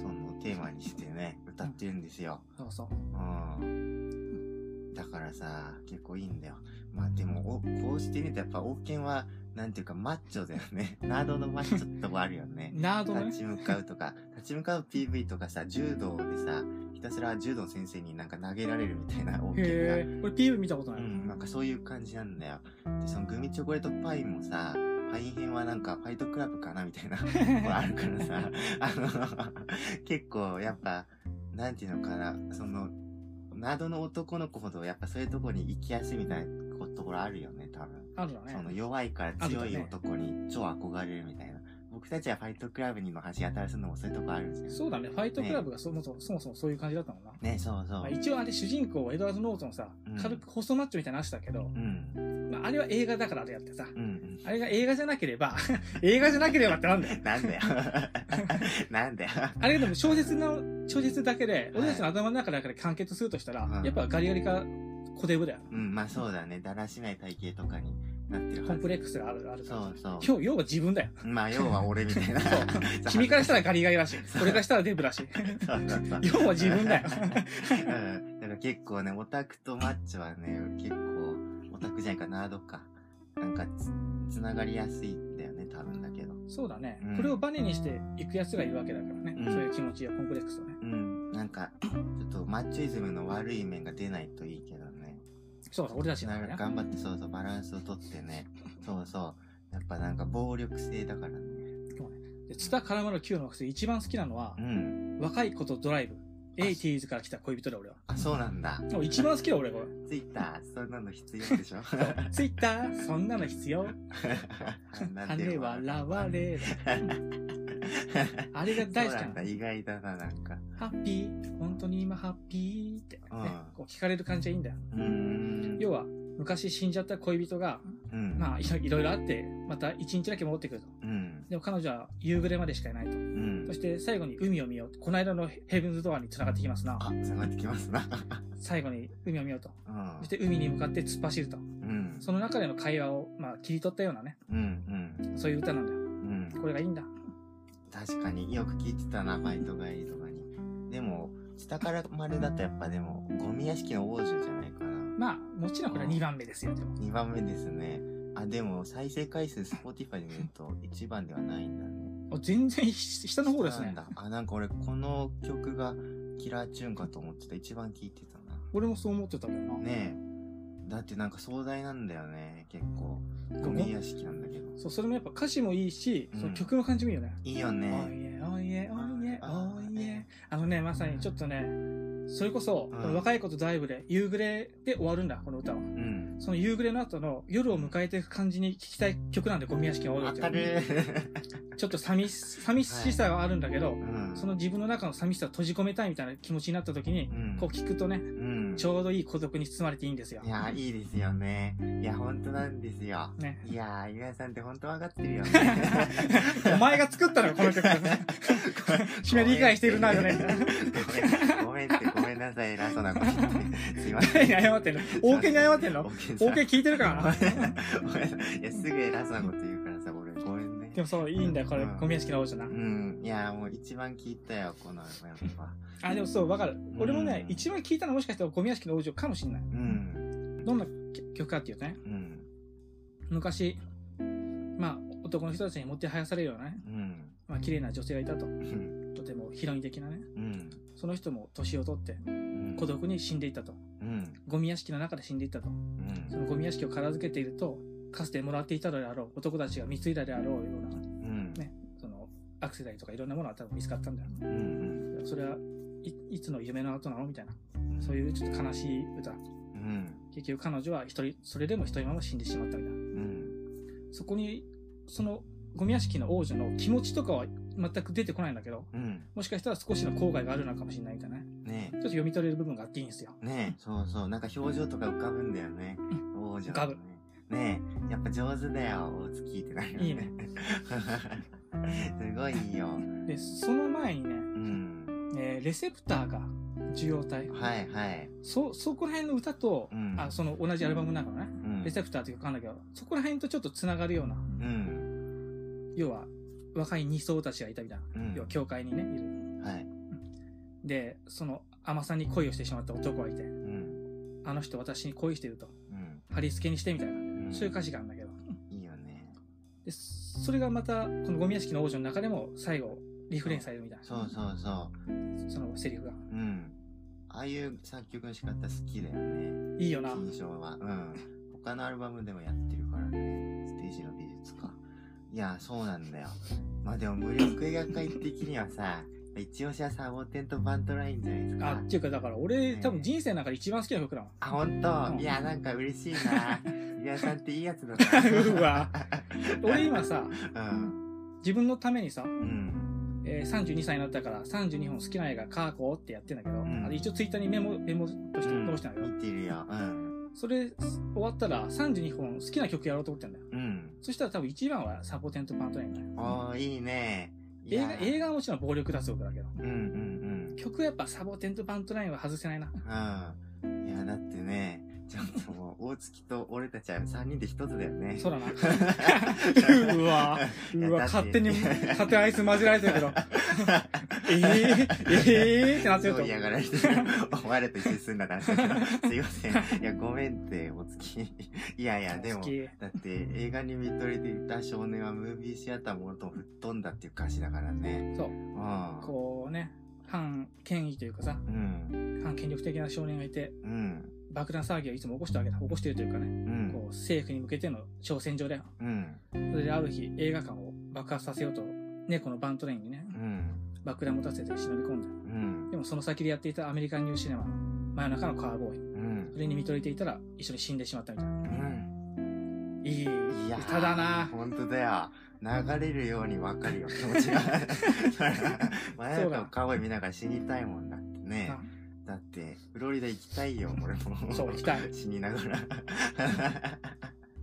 その、テーマにしてね、歌ってるんですよ。そうそう。うん。だからさ、結構いいんだよ。まあ、でも、おこうしてみると、やっぱ、王権は、なんていうか、マッチョだよね。 ナードのマッチョってとこあるよね。ナードね立。ち向かうとか、立ち向かう PV とかさ、柔道でさ、ひたすら柔道の先生になんか投げられるみたいな王権がへ。え。これ PV 見たことなうい。 ん、なんかそういう感じなんだよ。で、そのグミチョコレートパイもさ、パイン編はなんかファイトクラブかなみたいな、もあるからさ、あの、結構やっぱ、なんていうのかな、その、ナードの男の子ほどやっぱそういうとこに行きやすいみたいなこところあるよね、多分。あるよそのね。弱いから強いあるよね男に超憧れるみたいな。僕たちはファイトクラブにも橋当たらすのもそういうとこあるんですよ。そうだね。ファイトクラブがそもそも、そもそもそういう感じだったもんな。ね、そうそまあ、う。一応あれ主人公、エドワーズ・ノートンさうん、軽く細マッチョみたいな話だけど、うん。まあ、あれは映画だからあれやってさ、うんうん。あれが映画じゃなければ、 映画じゃなければってなんだよ。なん だよ。なんだよ。あれでも小説の、小説だけで、俺たちの頭の中だけで完結するとしたらう、んやっぱガリガリかコデブだよ。うん、まあそうだね。だらしない体型とかになってるコはンずプ。レックスがある、あるかそうそら。今日、要は自分だよ。う。まあ要は俺みたいな。そう君からしたらガリガリだしそ、う俺からしたらデブだし。 そうそうそう要は自分 だよ。うん。だから結構ね、オタクとマッチョはね、結構、オタクじゃないか、ナードか。なんかつ、つながりやすいんだよね、多分だけど。そうだねうん。これをバネにしていくやつがいるわけだからねうん。そういう気持ちやコンプレックスをね。うん。なんか、ちょっとマッチョイズムの悪い面が出ないといいけどね。そうそう、俺たちななんんだかよ。頑張って、そうそう、バランスをとってね。そうそう。やっぱなんか暴力性だからね。で、ツタ絡まる Q の惑星、一番好きなのはう、ん。若い子とドライブ。80s から来た恋人だ、俺は。あ、そうなんだ。でも一番好きだ、俺、これ。ツイッター、そんなの必要でしょ ツイッター、そんなの必要。なんてい羽うの笑 われる。あれが大好きそうななんのだ。意外だな、なんか。ハッピー、本当に今ハッピーって、ねうんこう聞かれる感じがいいんだよ。うーん。要は、昔死んじゃった恋人が、うん。まあいろいろいろあって、また一日だけ戻ってくると。うん。でも彼女は夕暮れまでしかいないと。うんそ。して最後に海を見よう。この間のヘブンズドアに繋がってきますな。あ、繋がってき ますな。最後に海を見ようと。うんそし。て海に向かって突っ走ると。うん。その中での会話を、まあ、切り取ったようなね、うん。そういう歌なんだよ。うん。うん。これがいいんだ。確かによく聞いてたな、バイト帰りとかに。でも、下から丸だとやっぱでも、ゴミ屋敷の王女じゃないかな。まあ、もちろんこれは2番目ですよ、でも。 2番目ですね。あ、でも、再生回数 Spotify で見ると1番ではないんだね。お全然ひ下の方ですなねん。だ。あ、なんか俺、この曲がキラーチューンかと思ってた。一番聞いてたな。俺もそう思ってたけどな。ねえ。だってなんか壮大なんだよね、結構。ゴミ屋敷なんだけど。そう、それもやっぱ歌詞もいいし、うんその曲の感じもいいよね。いいよおいね。え、おいえ、おいえ、あおいえ。あのね、まさにちょっとね、それこそ、うんこの若い子とダイブで、夕暮れで終わるんだ、この歌は。うん。その夕暮れの後の夜を迎えていく感じに聞きたい曲なんで、ゴミ屋敷が多いわってかる。 ちょっと寂し、寂しさがあるんだけど、うん。その自分の中の寂しさを閉じ込めたいみたいな気持ちになった時にう、ん、こう聞くとね、うん。ちょうどいい孤独に包まれていいんですよい。や、いいですよね。いや、本当なんですよ。ね。いや、ゆやさんって本当わかってるよね。 お前が作ったのよこの曲。君は理解してるなよねごめんって、ごめんなさい、偉そうなこと言って。すいませ誰ん。に謝ってんの王家に謝ってんの王権さん王家聞いてるからな。ごめんなさい。いや、すぐ偉そうなこと言うからさ、俺、ごめんね。でもそう、いいんだよ、これうん。ゴミ屋敷の王女なう。ん。いや、もう一番聞いたよ、この、やっぱ。あ、でもそう、わかる。俺もねう、ん一番聞いたのはもしかしたらゴミ屋敷の王女かもしんない。うん。どんな曲かっていうとね、うん。昔、まあ、男の人たちにもてはやされるようなね、うん。まあ、綺麗な女性がいたと。うん。とてもヒロイン的なね。うん。その人も年を取って、うん孤独に死んでいったと。うん。ゴミ屋敷の中で死んでいったと。うんそのゴミ屋敷を片付けていると、かつてもらっていたのであろう、男たちが貢いだであろうよううな、ん。ねその、アクセサリーとかいろんなものが多分見つかったんだよ。うん。それはい、いつの夢の後なのみたいな。そういうちょっと悲しい歌。うん。結局彼女は一人、それでも一人まま死んでしまったみたいな。うん。そこに、その、ゴミ屋敷の王女の気持ちとかは全く出てこないんだけど、うん。もしかしたら少しの後悔があるのかもしれないみたいなね。ねちょっと読み取れる部分があっていいんですよ。え。ねえ。そうそう。なんか表情とか浮かぶんだよね。王女、ね。浮かぶ。ねえ。やっぱ上手だよ、大月ってなるよね。いいねすごいいいよ。で、その前にね、うん。えーレセプターが受容体。はいはい。そ、そこら辺の歌と、うんあ、その同じアルバムの中のね、うん。レセプターというかわかんないけど、そこら辺とちょっとつながるような、うん。要は、若い二層たちがいたみたいな。うん要は、教会にね、いる。はい。で、その、甘さに恋をしてしまった男がいて、うん。あの人私に恋してると、うん。貼り付けにしてみたいな、うんそういう歌詞があるんだけど。いいよね。で、それがまた、このゴミ屋敷の王女の中でも、最後、リフレインされるみたいな、そうそうそそのセリフが。う。うん。ああいう作曲の仕方好きだよね。いいよな。金賞は。うん。他のアルバムでもやってるからね。ステージの美術か。いや、そうなんだよ。まあでも、無力映画界的にはさ、一押しはサボテンとバントラインじゃないですあ、かっ。ていうか、だから俺、ね多分人生の中で一番好きな曲だもん。あ、ほんとうんいや、なんか嬉しい な。リアさんっていいやつだうな。わ。俺今さ、 うん。自分のためにさ、うん。えー32歳になったから32本好きな映画描こうってやってんだけど、んあの一応ツイッターにメモ、メモとして残してんだけど、見てるよ。うん。それ終わったら32本好きな曲やろうと思ってんだよ。うん。そしたら多分一番はサポーテントパントレインだよ。おー、いいね。い映や画、映画はもちろん暴力出す曲だけど、うんうんうん。曲はやっぱサボテントパントラインは外せないな。うん。いや、だってね、ちょっともう、大月と俺たちは3人で一つだよね。そうだな。 ううわいうやわ、だって勝手に、勝手にアイス混ぜられて るけど、えー、えーってなってるそうと思嫌う。がら れてる。お前らと一緒にすんなって話だけどすいません。いや、ごめんって、大月。いやいや、でも好、きだって映画に見とれていた少年はムービーシアターもろとも吹っ飛んだっていう歌詞だからね。そう。うん。こうね、反権威というかさ、うん。反権力的な少年がいて、うん。爆弾騒ぎをいつも起こしてあげた、起こしてるというかうね、こん。う政府に向けての挑戦状だよ。うん。それである日、映画館を爆発させようと、猫のバントレインにね、うん。爆弾持たせて忍び込んだ。うん。でもその先でやっていたアメリカンニューシネマの真夜中のカーボーイ。うん。それに見とれていたら一緒に死んでしまったみたいな。うん。いいいやー歌だな。本当だよ。流れるようにわかるよ、気持 ちが。前そのうだの顔見ながら死にたいもんだってね。だって、 フロリダ行きたいよ、俺も。 そう行きたい死にながら。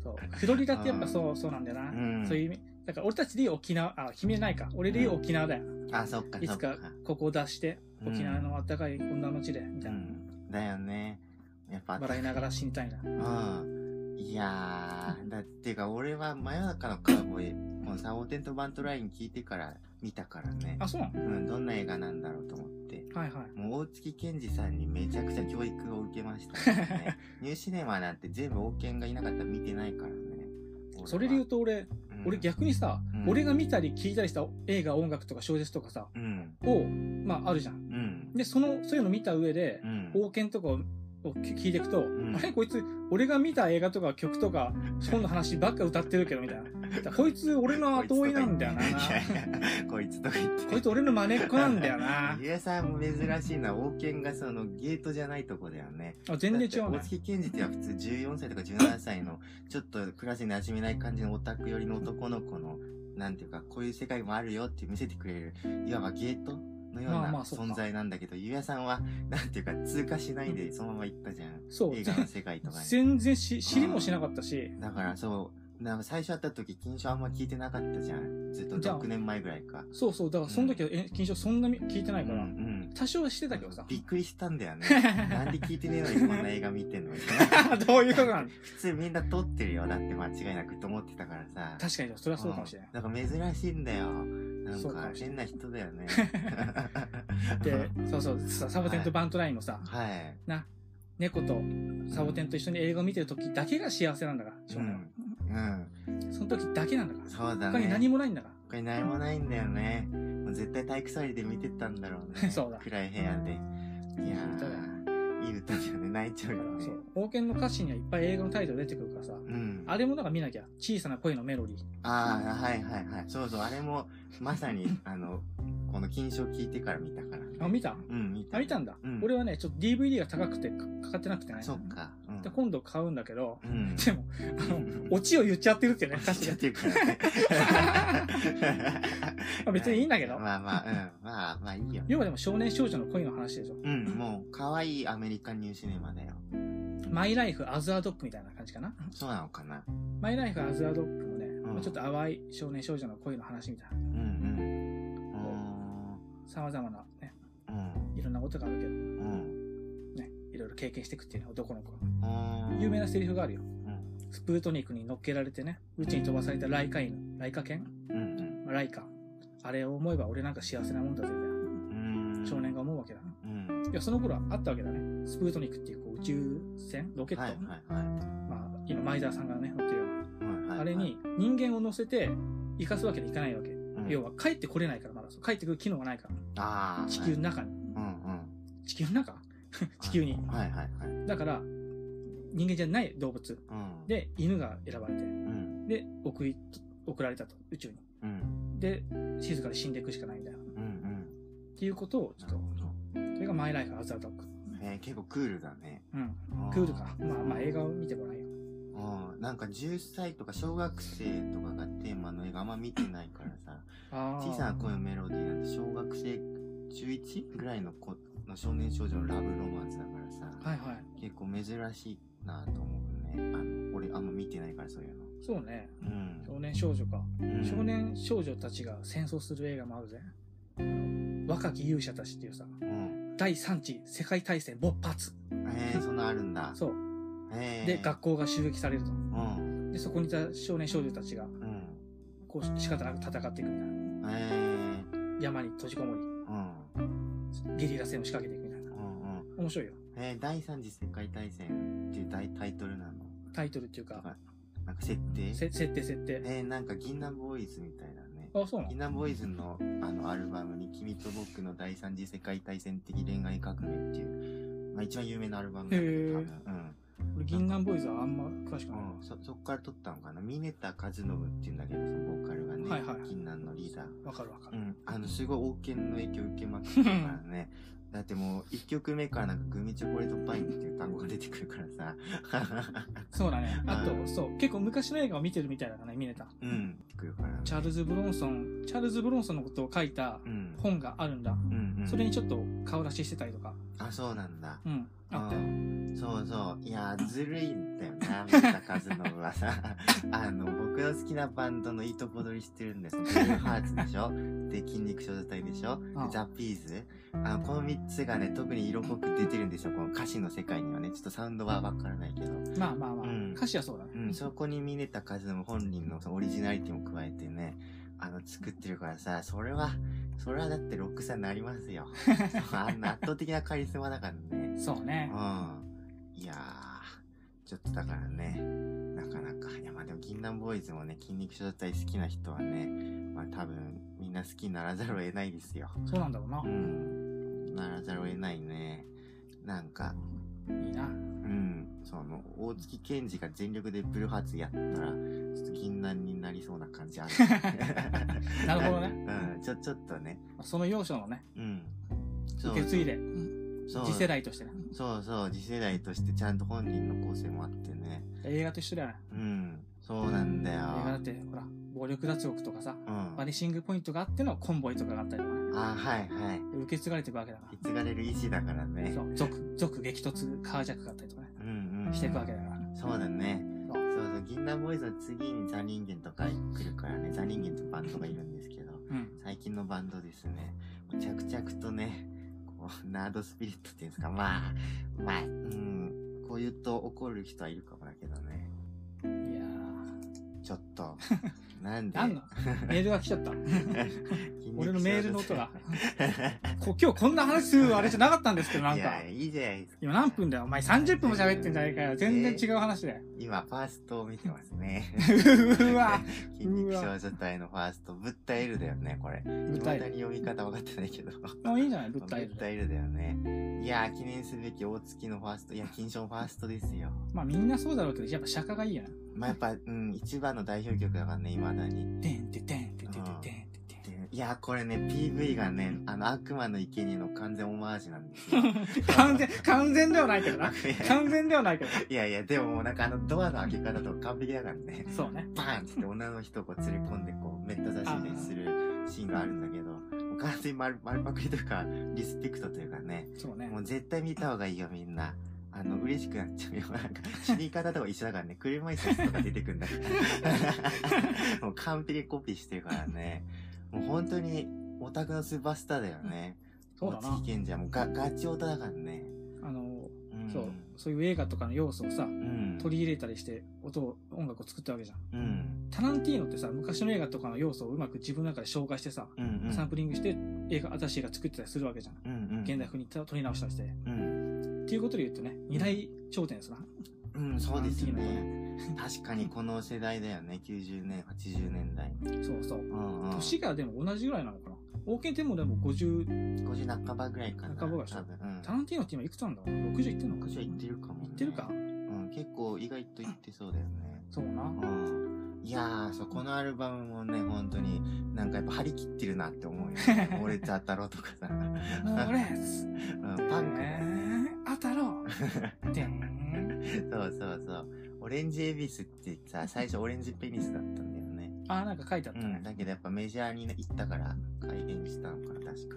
そう。フロリダってやっぱそう、そうなんだよな。うんそういう意味。だから俺たちで言う沖縄、あ、君ないか。俺で言う沖縄だよ。あ、そっか、いそつっかか。ここを出して、うん沖縄の暖かい女の地で、みうたいな。ん。だよね。やっぱ、笑いながら死にたいな。うん。いやー、だってか、俺は真夜中のカーボーイ、もうサボテンとバントライン聞いてから見たからね。あ、そうなのうん、どんな映画なんだろうと思って。はいはい。もう大月健二さんにめちゃくちゃ教育を受けま したね。ニューシネマなんて全部王権がいなかったら見てないからね。それで言うと、と俺、うん俺、逆にさ、うん俺が見たり聞いたりした映画、音楽とか小説とかさ、うん、を、まああるじゃん。うん、で、その、そういうの見た上でう、ん。王権とかをを聞いていくと、んあれこいつ、俺が見た映画とか曲とか、本の話ばっか歌ってるけど、みたいな。だ からこいつ、俺の後追いなんだよな。いやいや、こいつとか言って。こいつ、俺の真似っこなんだよな。ゆうやさんも珍しいのは王権がそのゲートじゃないとこだよね。あ全然違だっうねて大。月健二っては普通14歳とか17歳のちょっとクラスに馴染めない感じのオタク寄りの男の子のなんていうかこういう世界もあるよって見せてくれるいわばゲートのようまあなまあそっか存在なんだけど、ゆうやさんはなんていうか通過しないでそのまま行ったじゃんそう。映画の世界とか に全然し知りもしなかったし、だからそうなんか最初会った時金賞あんま聞いてなかったじゃんずっとじゃあ6年前ぐらいかそうそう、だからその時はえ金賞そんなに聞いてないから、うんうん多少はしてたけどさ。びっくりしたんだよね なんで聞いてねえのにこんな映画見てんのみたいなどういうことなの普通みんな撮ってるよだって間違いなくと思ってたからさ確かに、それはそうかもしれない。うんなんか珍しいんだよなんそうかかもしれ変なな人だよね で、そうそう、さサボテンとバントラインもさ、はいな、猫とサボテンと一緒に映画を見てる時だけが幸せなんだから、少年は。うんその時だけなんだから。そうだね他に何もないんだから。これ何もないんだよねもう絶対体育祭で見てたんだろうね そうだ暗い部屋でいやーいい歌だよね泣いちゃうよねそう。王権の歌詞にはいっぱい映画のタイトル出てくるからさ、うんあれもだから見なきゃ。小さな声のメロディー。ああ、はいはいはい。そうそう、あれも、まさに、あの、この金賞聞いてから見たから、ね。あ、見たうん、見た。あ、見たんだ。うん俺はね、ちょっと DVD が高くてかかかってなくてね。そっか。うん。で、今度買うんだけど、うん。でも、あの、オチを言っちゃってるっていうね、歌詞ちゃがっ。てるから ねまあ別にいいんだけどまあまあ、うん。まあまあいいよ。要はでも少年少女の恋の話でしょ。うん、もう、可愛いアメリカンニューシネマだよ。マイライフアズアドッグみたいな感じかな。そうなのかな。マイライフアズアドッグもね、んまあちょっと淡い少年少女の恋の話みたいな。うんうん。様々なね、うーん。いろんなことがあるけど、うん。うん。ね、いろいろ経験していくっていうのは男の子は。うーん有名なセリフがあるよ。んスプートニクに乗っけられてね、宇宙に飛ばされたライカ犬、ライカ犬うんまあライカ。あれを思えば俺なんか幸せなもんだぜ、みたいな。うん。うん。少年が思うわけだな。うん。いや、その頃はあったわけだね。スプートニクっていうこう宇宙船、ロケット、はいはいはい。まあ、今、前澤さんがね、乗ってるような。はいはいあれ、に人間を乗せて生かすわけにいかないわけ。うん要は帰ってこれないからまだ帰ってくる機能がないかあらあ。地は球のい中に、うんうん。地球の中地球にはいはいはい。だから人間じゃない動物うん、で犬が選ばれてうん、で送り送られたと宇宙にうん、で静かに死んでいくしかないみたいなっうん、うん。ていうことをちょなっるとほど。それがマイライフアザードッグ、えー、結構クールだね。うん、あクールかまあまあ映画を見てもらえようん、なんか10歳とか小学生とかがテーマの映画あんま見てないからさ、あー小さな声のメロディーなんて小学生 11? ぐらいの子の少年少女のラブロマンスだからさ、はいはい結構珍しいなと思うね。あの、俺あんま見てないからそういうの。そうねうん。少年少女かうん少。年少女たちが戦争する映画もあるぜ。あの若き勇者たちっていうさ、うん。第3次世界大戦勃発。えー、そんなあるんだ。 そう。えー、で、学校が襲撃されると。うん、で、そこにいた少年少女たちが、うん。こう、仕方なく戦っていくみたいな。えー、山に閉じこもり、うん。ゲリラ戦を仕掛けていくみたいな。うんうん面白いよ。えー第三次世界大戦っていうタイタイトルなのタイトルっていうとか、かなんか設定せ設定設定。えーなんか銀杏ボーイズみたいなねあ、そうな銀の杏ボーイズのあのアルバムに「君と僕の第三次世界大戦的恋愛革命」っていう、まあ、一番有名なアルバムだけどへー多分俺、銀杏ボーイズはあんま詳しくうない。ん、うん、そそっから撮ったのかな峰田和信っていうんだけどそのボーカルがね、はいはい銀杏のリーダーわかるわかうる。ん、あのすごい王権の影響受けまくってるからね だってもう1曲目からなんかグミチョコレートパインっていう単語が出てくるからさそうだね。あうと、そう、結構昔の映画を見てるみたいだからね、ミネタ。 うん出てくるからねチャールズ・ブロンソン、チャールズ・ブロンソンのことを書いたうん本があるんだ。うんうんそれにちょっと顔出ししてたりとか、あ、そうなんだ。うん。あったうよ。んそうそう。いや、ずるいんだよな、水田和伸は さ。あの、僕の好きなバンドのいいとこ取りしてるんです。ブルーハーツでしょで、筋肉症状態でしょでああザ・ピーズあの、この3つがね、特に色濃く出てるんですよ。この歌詞の世界にはね。ちょっとサウンドはわからないけど。まあまあまあ、うん歌詞はそうだね。うん、そこに峰田和伸本人のそのオリジナリティも加えてね、あの、作ってるからさ、それは、それはだってロックさんになります よ。あんな圧倒的なカリスマだからね。そうね。うん。いやー、ちょっとだからね、なかなか。いや、まあでも、銀杏ボーイズもね、筋肉症状態好きな人はね、まあ多分、みんな好きにならざるを得ないですよ。そうなんだろうなう。ん。ならざるを得ないね。なんか、いいな。うん。その、大月健二が全力でブルーハーツやったら、ちょっと銀杏になりそうな感じあ る、なるほどね。うん。ちょ、ちょっとね。その要素のね、うん。そう受け継いで、そう次世代としてね。そうそう、次世代としてちゃんと本人の構成もあってね。映画と一緒だよね。うん、そうなんだよ。映画だって、ほら、暴力脱獄とかさ、うん。バニシングポイントがあってのコンボイとかがあったりとかね。あ、はいはい。受け継がれていくわけだから。受け継がれる意志だからね。そう、続、続激突カージャックがあったりとかね、うんうん。していくわけだから。そうだね。そそううそう、銀杏ボーイズは次にザ・人間とか来るからね。ザ・人間ってバンドがいるんですけど、うん。最近のバンドですね。着々とね、こう、ナードスピリットっていうんですか、まあ、まあ、うん、こう言うと怒る人はいるかもだけどね。いやちょっ と、なんで。ー。あんのメールが来ちゃった。俺のメールの音が。こ今日こんな話するあれじゃなかったんですけど、なんいかや、。いいじゃないですか。今何分だよ。お前30分も喋ってんじゃないかよ。全然違う話だよ。今、ファーストを見てます ね。うわ筋肉少女隊のファースト、ブッダエルだよね、これ。ぶった未いだる。に読み方分かってないけど。もういいんじゃないぶったいるブ。ッダエルだよね。いやー、記念すべき大月のファースト、いや、金賞ファーストですよ。まあみんなそうだろうけど、やっぱ釈迦がいいよな。まあ、やっぱ、うん、一番の代表曲だからね、未だに。てんててんてててんてんててでいやー、これね、PV がね、あの、悪魔の生贄の完全オマージュなん ですよ。ん。完全、完全ではないけどな。完全ではないけど。いやいや、でももうなんかあの、ドアの開け方とか完璧だからね。そうね。バーンっつって女の人をこう連れ込んでこうめった刺しにするシーンがあるんだけどもう完全に丸丸パクリというかリスペクトというかねそうねも。う絶対見た方がいいよみんなあの嬉しくなっちゃうよなん か死に方とか一緒だからね車椅子とか出てくんだから もう完璧にコピーしてるからねもう本当にオタクのスーパースターだよねそうだ大な月。健二はもうガガチオタだからねあの、うんそう、そういう映画とかの要素をさ、うん取り入れたりして、音を、音楽を作ったわけじゃん。うんタランティーノってさ、昔の映画とかの要素をうまく自分の中で消化してさ、うんうんサンプリングして映画、新しい映画作ってたりするわけじゃん。うんうん現代風に撮り直したりして。っうんていうことで言うとね、二大頂点ですな。うん、そうですよなんてね。確かにこの世代だよね。90年、80年代。そうそう。うんうん。年がでも同じぐらいなのかな。王権ってもうでも50、 50半ばぐらいかな。半ばぐらいでしょ多分。うん。タランティーノって今いくつなんだろう ?60 いってんのか60行ってるかも、ね。いってるかうん、結構意外と行ってそうだよね。そうな。うん。いやー、そう、このアルバムもね、本当に、なんかやっぱ張り切ってるなって思うよ、ね。 俺と当たろうとかさ。もうレッツうん、パンクだよね。 当たろうでん。そうそうそう。オレンジエビスってさ、最初オレンジペニスだったんだよね。あ、なんか書いてあっうたねん、。だけどやっぱメジャーにね行ったから改変したのかな確か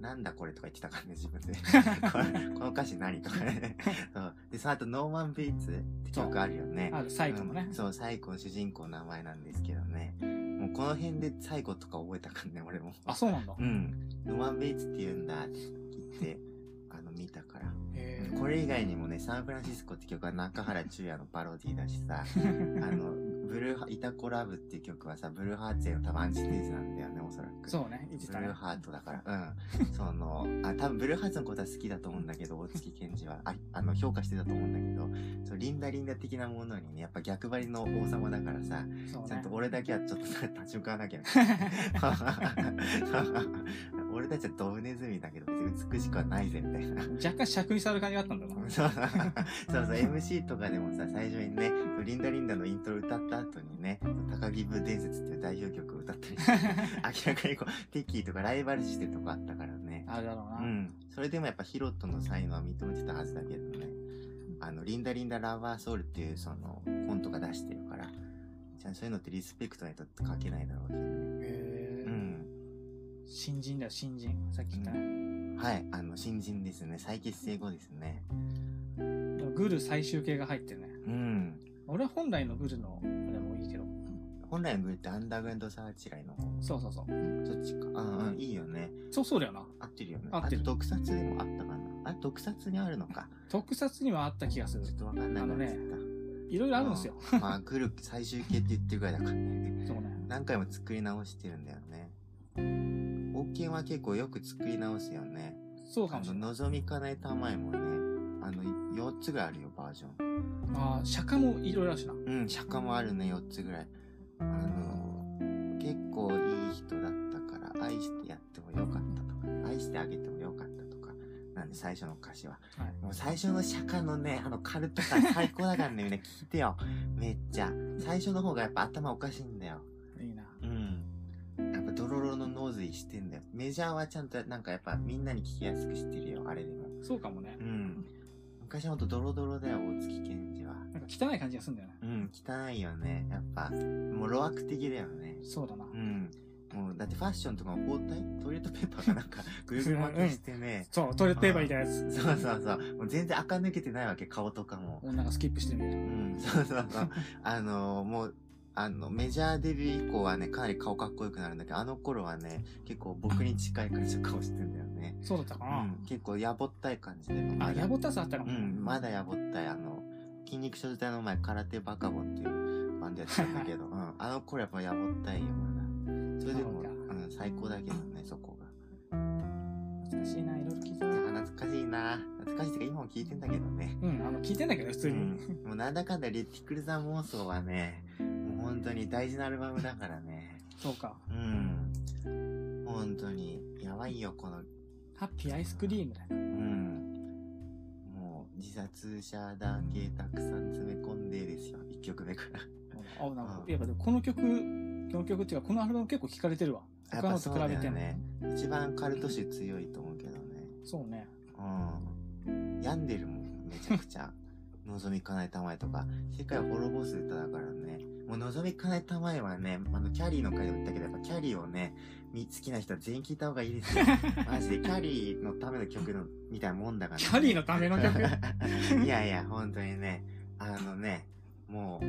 なんだこれとか言ってたからね自分 でこれこの歌詞何とかね そうでさあと「ノーマン・ビーツ」って曲あるよねある、サイトもねうん。そうサイコの主人公の名前なんですけどねもうこの辺でサイコとか覚えたからね俺もあ、そうなんだ。うん「ノーマン・ビーツ」って言うんだって聞いてあの見たからへこれ以外にもね「サンフランシスコ」って曲は中原中也のパロディだしさーあの、ブルーハ、イタコラブっていう曲はさ、ブルーハーツへの多分アンチテーゼなんだよね、おそらく。 そうね、言ってたブルねー。ハートだから。うん。その、あ、多分ブルーハーツのことは好きだと思うんだけど、大月健二は、ああの、評価してたと思うんだけど、そうリンダリンダ的なものにね、やっぱ逆張りの王様だからさ、そうちゃねんと。俺だけはちょっとさ立ち向かわなき ゃみたいな。 俺たちはドブネズミだけど、別に美しくはないぜ、みたいな。若干尺に触る感じがあったんだな。そうそう そうそう MC とかでもさ最初にね「リンダリンダ」のイントロ歌った後にね「高木ブ伝説」っていう代表曲を歌ったりして 明らかにこうテッキーとかライバル視してるとこあったからねあるだろううな。んそれでもやっぱヒロトの才能は認めてたはずだけどねあの「リンダリンダラバーソウル」っていうそのコントが出してるからじゃあそういうのってリスペクトないと書けないだろうしねへうーん新人だよ、新人。さっき言ったね。はい、あの、新人ですね。再結成後ですね。でもグル最終形が入ってるね。うん。俺は本来のグルの、あれもいいけど。本来のグルってアンダーグラウンドサーチライの方。そうそうそう。そっちか。ああ、いいよね。そうそうだよな。合ってるよね。合ってるあと、特撮でもあったかな。あれ、特撮にあるのか。特撮にはあった気がするちょ。っとわかんないなあのねっちゃっいろいろあるんですよ。た。まあ、グル最終形って言ってるぐらいだからね。 そうね。何回も作り直してるんだよね。オーケンは結構よく作り直すよね。そうかあもしれの、ない。望みかねたまえもね、あの、4つぐらいあるよ、バージョン。ああ、釈迦もいろいろあるしな。うん、釈迦もあるね、4つぐらい。あの、結構いい人だったから、愛してやってもよかったとか、愛してあげてもよかったとか、なんで最初の歌詞は。はい。もう最初の釈迦のね、あのカルト感最高だからね、みんな聞いてよ。めっちゃ。最初の方がやっぱ頭おかしいんだよ。いいな。うん。やっぱドロロのノーズイしてんだよ。メジャーはちゃんとなんかやっぱみんなに聞きやすくしてるよ、あれでも。そうかもねう。ん。昔ほんとドロドロだよ、大月健二は。なんか汚い感じがするんだよね。うん、汚いよね。やっぱ、もう、露悪的だよね。そうだな。うん。もう、だってファッションとかも包帯トイレットペーパーがなんか、ぐるぐる巻きしてね。そう、トイレットペーパーみたいなやつ。そうそうそう。もう全然垢抜けてないわけ、顔とかも。女がスキップしてるみたいうな。ん、そうそう そう。あのもう、あの、メジャーデビュー以降はね、かなり顔かっこよくなるんだけど、あの頃はね、結構僕に近い感じの顔してんだよね。そうだったかうな。ん、結構やぼったい感じで。あ、やぼったさあったかうも。ん、まだやぼったい。あの、筋肉症状態の前、空手バカボンっていうバンドやってたんだ けど、うん、あの頃やっぱやぼったいよ、まだ。それでも、そううかん、最高だけどね、そこが。懐かしいな、いろいろ聞いたいな。や懐かしいな懐かしいってか、今も聞いてんだけどね。うん、あの、聞いてんだけど、普通うに。ん、もうなんだかんだレティクルザ妄想はね、もう本当に大事なアルバムだからね。そうか。うん。本当に、やばいよ、この、ハッピーアイスクリームだよ。うん。もう、自殺者だけたくさん詰め込んでですよ、1曲目から。あ、なんかう、んやっぱでもこの曲、この曲っていうか、このアルバム結構聴かれてるわ。やっ他ぱのそとうだ比べてよも。ね。一番カルト種強いと思うけどね。そう ね。うん。病んでるもん、めちゃくちゃ。望みかないたまえとか、世界を滅ぼす歌だからね。もう望みかないたまえはね、あの、キャリーの回でも言ったけど、やっぱキャリーをね、み好きな人は全員聴いた方がいいですよ。 マジで、キャリーのための曲の、みたいなもんだから、ね。キャリーのための 曲 いやいや、本当にね、あのね、もう、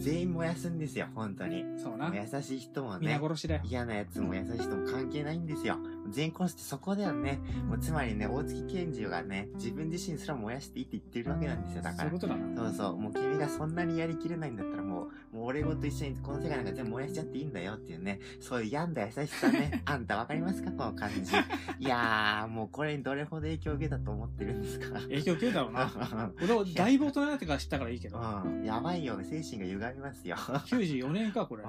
全員燃やすんですよ、本当に。そうもなう。優しい人もね。皆殺しだよ。嫌なやつも優しい人も関係ないんですよ。全殺してそこだよね。もうつまりね、大月健二がね、自分自身すら燃やしていいって言ってるわけなんですよ、だそかういらうこ。とだな。そうそう、もう君がそんなにやりきれないんだったらもう、もう俺ごと一緒にこの世界なんか全部燃やしちゃっていいんだよっていうね、そういう病んだ優しさ ね、あんたわかりますかこの感じ。いやー、もうこれにどれほど影響を受けたと思ってるんですか影響受けるだろうな。俺はだいぶ大人になってから知ったからいいけど。うん、やばいよ、精神が歪みますよ。 94年か、これ。うん。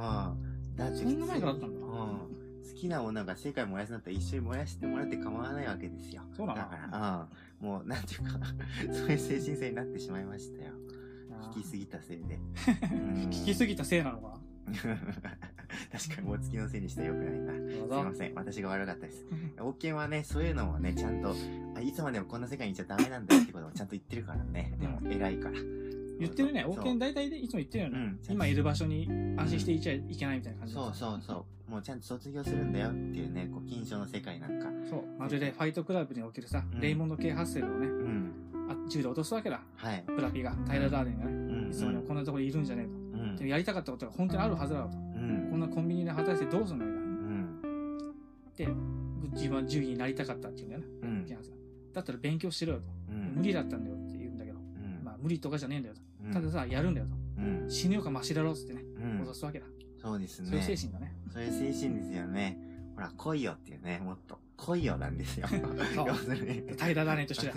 だってそんな前からあったうんだん。好きなものが世界燃やすんだったら一緒に燃やしてもらって構わないわけですよ。そうなだのから、うん。もう、なんていうか、 そういう精神性になってしまいましたよ。なあ聞きすぎたせいで。 聞きすぎたせいなのかな。ぎ 確かに、お月のせいにしたらよくないな。すいわざません。私が悪かったです。王権はね、そういうのもね、ちゃんと、あいつまでもこんな世界にいちゃダメなんだよってことをちゃんと言ってるからね。でも、偉いから。言ってるね。そう王権大体でいつも言ってるようねん。今いる場所に安心していちゃいけないみたいな感じそうそうそう。もうちゃんと卒業するんだよっていうね、こう、金賞の世界なんか。う。そう。まるでファイトクラブにおけるさう、んレイモンド系ハッセルをね、うん。あ銃で落とすわけだ。はい。ブラピが、タイラー・ダーデンがね、うん。いつまでもこんなとこにいるんじゃねえうん。うんと。でもやりたかったことが本当にあるはずだろうと。うんこんなコンビニで果たしてどうすんのみうんたいな。で、自分は獣医になりたかったっていうんだよね。うんケンハさんだったら勉強しろよと。うん無理だったんだよって言うんだけど、うんまあ無理とかじゃねえんだよと。うんたださ、やるんだよと。うん死ぬよかマシだろっつってね、うん脅すわけだ。そうですそういうね精神だね。そういう精神ですよねほら来いよっていうねもっと来いよなんですよ要するに平らだね としてだ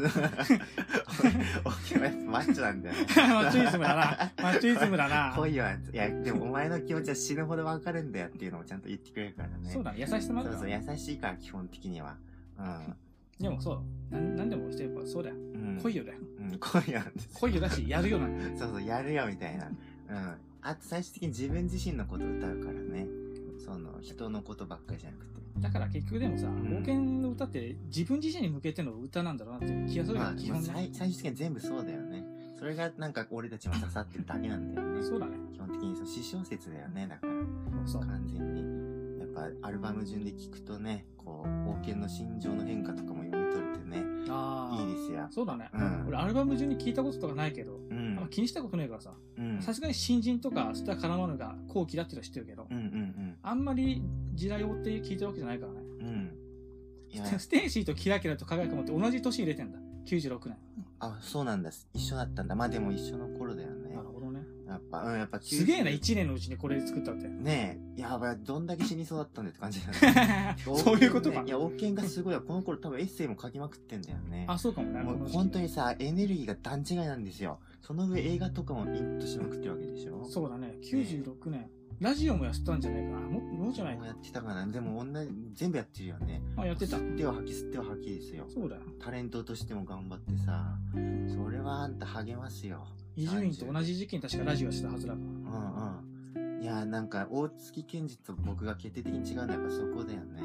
おきはマッチョなんだよねマッチョイズムだな。マッチョイズムだな。来いよなんていやでもお前の気持ちは死ぬほどわかるんだよっていうのをちゃんと言ってくれるからねそうだ、優しさもあそるうかそうら。優しいから基本的にはうんでもそう、なんなんでもしてやっぱそうだよ。うん来いよだよ。うん来いよなんですよ来いよだし、やるよなんだよ。そうそう、やるよみたいな。うん。あと最終的に自分自身のことを歌うからね。その、人のことばっかりじゃなくて。だから結局でもさ、ん冒険の歌って自分自身に向けての歌なんだろうなって気がするよまあ、ね、基まあ本最ね。最終的に全部そうだよね。それがなんか俺たちも刺さってるだけなんだよね。そうだね。基本的にそう、詩小説だよね。だかそら、う。完全に。やっぱアルバム順で聴くとね、こう、王権の心情の変化とかも読み取れてね、ああいいですよ。そうだね、うん俺アルバム中に聞いたこととかないけど、うあんまん。気にしたことないからさうん。さすがに新人とかスター絡まぬが後期だっていうのは知ってるけど、うんうんあんまり時代を追って聞いたわけじゃないからねうん。うん。いや、ステンシーとキラキラと輝くもって同じ年入れてんだ96年あ、そうなんです。一緒だったんだ。まあでも一緒の頃だよねな。るほどねやっぱ、うん、やっぱ90すげえな1年のうちにこれ作ったってねえ、やばい、どんだけ死にそうだったんだよって感じだよね。 そういうことか、いや、王権がすごいわ。この頃多分エッセイも書きまくってんだよね。あそうかもねもう本当にさ、エネルギーが段違いなんですよ。その上映画とかもインプットしまくってるわけでしょそうだね96年ラジオもやってたんじゃないかなももうじゃないもうかやってたかな。でも同じ、全部やってるよね。あやってた吸っては吐き、吸っては吐きですよ。そうだよタレントとしても頑張ってさ、それはあんた励ますよ。伊集院と同じ時期に確かラジオしてたはずだかうらんうん。いや、なんか、大月健二と僕が決定的に違うのはやっぱそこだよね。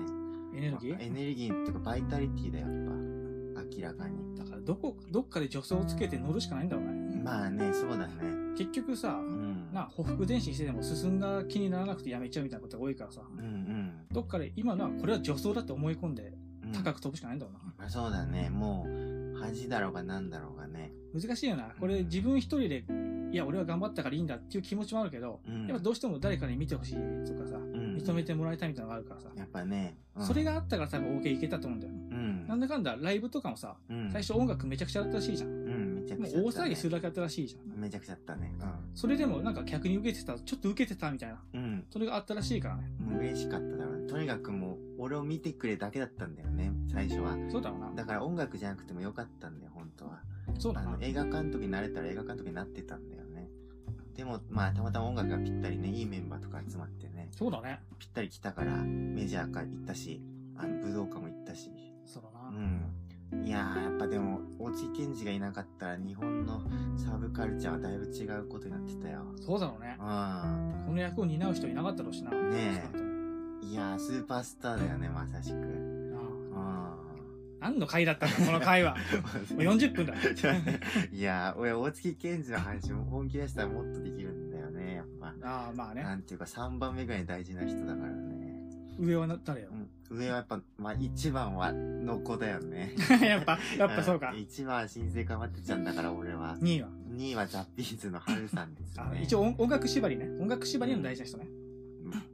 エネルギーエネルギーっていうか、バイタリティだよ、やっぱ。明らかに。だからどこどっかで助走をつけて乗るしかないんだろうね、まあね、そうだね。結局さうん。な歩幅前進してでも進んだ気にならなくてやめちゃうみたいなことが多いからさうんうん。どっかで今のはこれは助走だって思い込んでうん高く飛ぶしかないんだろうな、まあそうだね。もう、恥だろうがなんだろうがね。難しいよなこれ自分一人でいや俺は頑張ったからいいんだっていう気持ちもあるけど、うん。やっぱどうしても誰かに見てほしいとかさうん認めてもらいたいみたいなのがあるからさ、やっぱね。うんそれ、があったから多分 OK いけたと思うんだよ、うん。なんだかんだライブとかもさうん最初音楽めちゃくちゃだったらしいじゃん、うん、めちゃくもちゃ。う大騒ぎするる。だけだったらしいじゃん、めちゃくちゃだったね。それでもなんか客に受けてたちょっと受けてたみたいなうん。うん。それがあったらしいからねもう嬉しかっただろうね。とにかくもう、俺を見てくれだけだったんだよね、最初は。そうだろうなだから音楽じゃなくてもよかったんだよ、本当は。そうだあなの、映画監督になれたら映画監督になってたんだよね。でも、まあ、たまたま音楽がぴったりね、いいメンバーとか集まってね、そうだねぴったり来たから、メジャーか行ったし、あの、武道館も行ったし。そうだうな、ん。いやー、やっぱでも、大月健二がいなかったら、日本のサブカルチャーはだいぶ違うことになってたよ。そうだろうねうん。この役を担う人いなかったろうしなねえ少いやー、スーパースターだよね、まさしく。なくともうなあん。何の回だったんだこの 回はもう40分だいやー、俺、大月健二の話も本気出したらもっとできるんだよね、やっぱ。ああまあねなんていうか、3番目ぐらいに大事な人だからね。上はな誰よ うん。上はやっぱ、まあ、1番は、の子だよね。 やっぱやっぱそうか1番は新生かまってちゃんだから、俺は。 2位は2位はザ・ピーズのハルさんですあね。一応音音楽縛りね音楽縛りの大事な人ね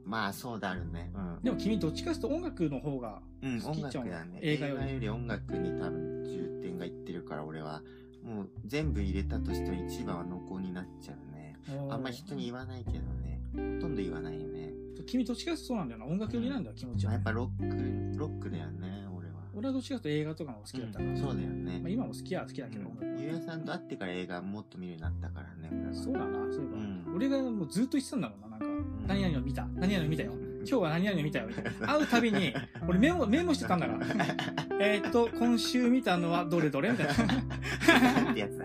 まあ、そうだろうね。うん。でも君どっちかというと音楽の方がうん、好音きちゃん楽だね。映映画画よりより音楽に多分重点がいってるから、俺は。もう全部入れたとしても一番は濃厚になっちゃうね。あんま人に言わないけどね。ほとんど言わないよね。君どっちかというとそうなんだよな音楽寄りなんだよ気持ちはやねっぱロック、ロックだよね、俺は。俺はどっちかというと映画とかの方が好きだったから、うんまそうだよねあ、。今も好きは好きだけど、うんゆうやさんと会ってから映画もっと見るようになったからね、俺は。そうだなそういえば、うん俺がもうずっと言ってたんだもんななんか、ん何々を見た何々を見たよ今日は何々を見たよみたいな会うたびに俺メモメモしてたんだから えーっと今週見たのはどれどれみたいな ってやつ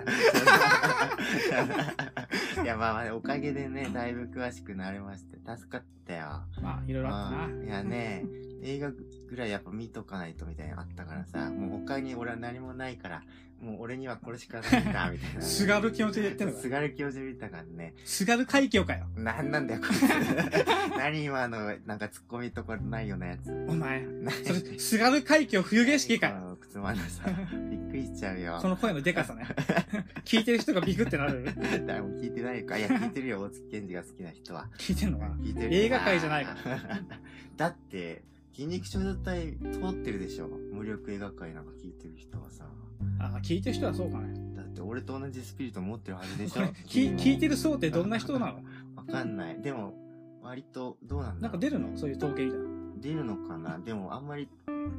だ。いや、まあまあ、おかげでね、だいぶ詳しくなれまして、助かったよ。まあいろいろあったな、うんいやね、映画ぐらいやっぱ見とかないとみたいなのあったからさ、もう他に俺は何もないから、もう俺にはこれしかないんだ、みたいな。 すがる気持ちで言ってんのかすがる教授見たからね。すがる海峡かよなんなんだよ、これ。 何今の、なんか突っ込みとこないようなやつ。お前何それすがる海峡冬景色かよ何このつまんなさ。 びっくりしちゃうよこ。の声のデカ さね聞いてる人がビクってなる誰も聞いてないか。いや、聞いてるよ、大月健二が好きな 人は。聞いてんのかな聞いてる映画界じゃないか だって、筋肉症状体通ってるでしょ。無力映画界なんか聞いてる人はさ。あ聞いてる人はそうかねだって俺と同じスピリット持ってるはずでしこ ょれ聞聞いてるる層ってどんな人なのわかんない。でも、割と、どうなんだろなんかう出るのそういう統計みたいな出るのかなでもあんまり、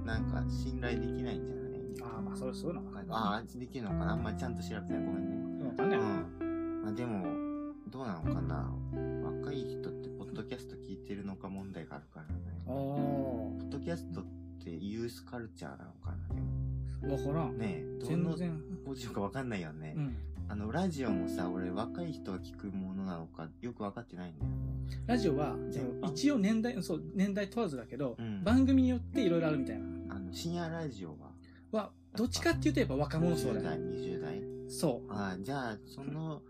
なんか信頼できないんじゃないああまあそれそうなのかなああ、できるのかなあんまりちゃんと調べてない。ごめんね。そうなのかね、うん。まあでも、どうなのかな若い人って、ポッドキャスト聞いてるのか問題があるからね。ポおッドキャストってユースカルチャーなのかなでもーわからんねえ、ど全の然ポジションかわかんないよね。うんあの、ラジオもさ、俺若い人が聞くものなのか、よくわかってないんだよね。ラジオは全般一応年代そう年代問わずだけど、うん番組によっていろいろあるみたいなあの、深夜ラジオは、はどっちかっていうとやっぱ若者層10だよ代、20代。そああ、じゃあ、その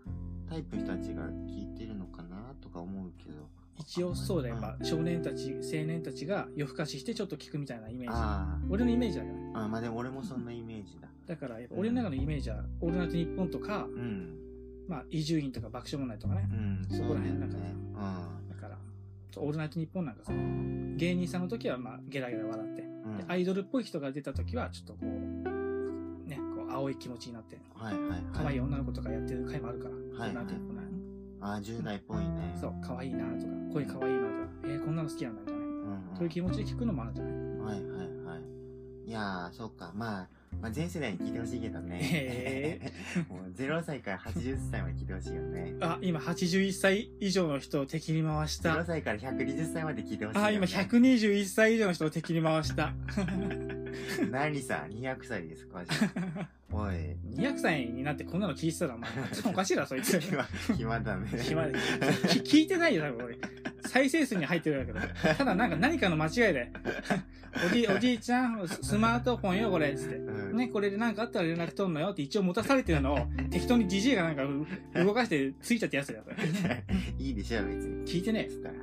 タイプの人たちが聞いてるのかなとか思うけど、一応そうだよ、やっぱ少年たち、青年たちが夜更かししてちょっと聞くみたいなイメージ。あ俺のイメージだよね。ああまあでも俺もそんなイメージだだから、やっぱ俺の中のイメージは、オールナイトニッポンとか、うんまあ、伊集院とか爆笑問題とかねう。んそこら辺なんかそうだよねだから、オールナイトニッポンなんかさ、芸人さんの時は、まあ、ゲラゲラ笑って、うん、うんでアイドルっぽい人が出た時は、ちょっとこう、ね、こう、青い気持ちになって、はいはいはい可愛い女の子とかやってる回もあるから、はいなんていうのかああ10代っぽいねな、そう、可愛いなとか、声可愛いなとか、えーこんなの好きなんだみたいなね。うんうんそういう気持ちで聞くのもあるんじゃないはいはいはいいやーそうかまあまあ、全世代に聞いてほしいけどねへ。 もう0歳から80歳まで聞いてほしいよね。あ、今81歳以上の人を敵に回し0た。歳から120歳まで聞いてほしいよ、ね。あ、今121歳以上の人を敵に回した。何さ、200歳ですか マジでおい。 200歳になってこんなの聞いてた ら、お前、ちょっとおかしいな、そいつ。暇、暇だね。暇で。き聞いてないよ、多分俺。再生数に入ってるんだけど。ただなんか何かの間違いで。 おじい、おじいちゃん、ススマートフォンよ、これ、つって。うん。ね、これで何かあったら連絡取んのよって一応持たされてるのを、適当に DJ がなんかう動かしてついちゃったやつだよ。こ れいいでしょ、別に。聞いてねえですから。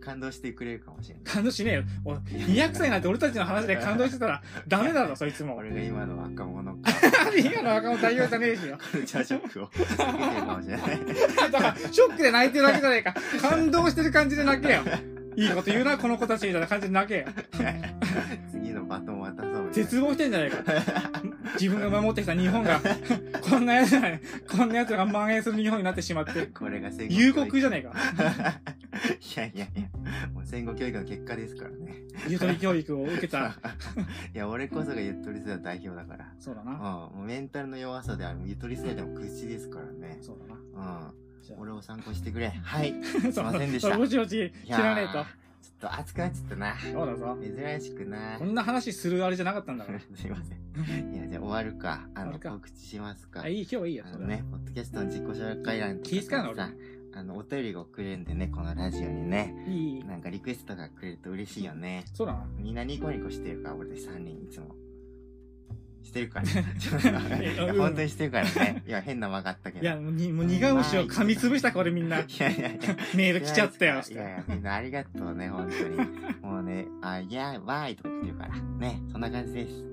感動してくれるかもしれない。感動しねえよ。お200歳 なんて俺たちの話で感動してたらダメだろ、そいつも。俺が今の若者か。今の若者代表じゃねえしよ。カルチャーショックを受けてるかもしれない。だから、ショックで泣いてるわけじゃないか。感動してる感じで泣けよ。いいこと言うな、この子たちみたいな感じで泣けよ。次のバトン渡そうみたい絶望してんじゃないか。自分が守ってきた日本が、こんなやつら、こんなやつらが蔓延する日本になってしまってな。、これが戦後夕刻じゃねねえか。 えいやいやいや、もう戦後教育の結果ですからね。ゆとり教育を受けた。 いや、俺こそがゆとり世代代表だから。そうだうん、な。もうメンタルの弱さであるゆとり世代でも口ですからね。そうだな。うん。じゃ俺を参考してくれ。はい。あ、そうませんでしたそうぼちぼちい 知やーらねえと。。ちょっと熱くなっちゃったな。そうだぞ。珍しくなこ。んな話するあれじゃなかったんだから。 すいません。いや、じゃあ終わるか。あ終わの、るか告知しますかあ。いい、今日はいいよ。あそのれはね、ポッドキャストの自己紹介欄と気遣うのかさ、あの、お便りが送れるんでね、このラジオにね。いいいい。なんかリクエストがくれると嬉しいよね。そうだな。みんなニコニコしてるから、俺たち3人いつも。してるから えうん本当にしてるから ね。いや、変な間があったけど。いや、もうにもう苦虫を噛みつぶした、これみんな。いやいやいや。 メール来ちゃったよ、いやいや、みんなありがとうね、本当 に。もうね、あ、いや、わーいとか言ってるから。ね、そんな感じです。終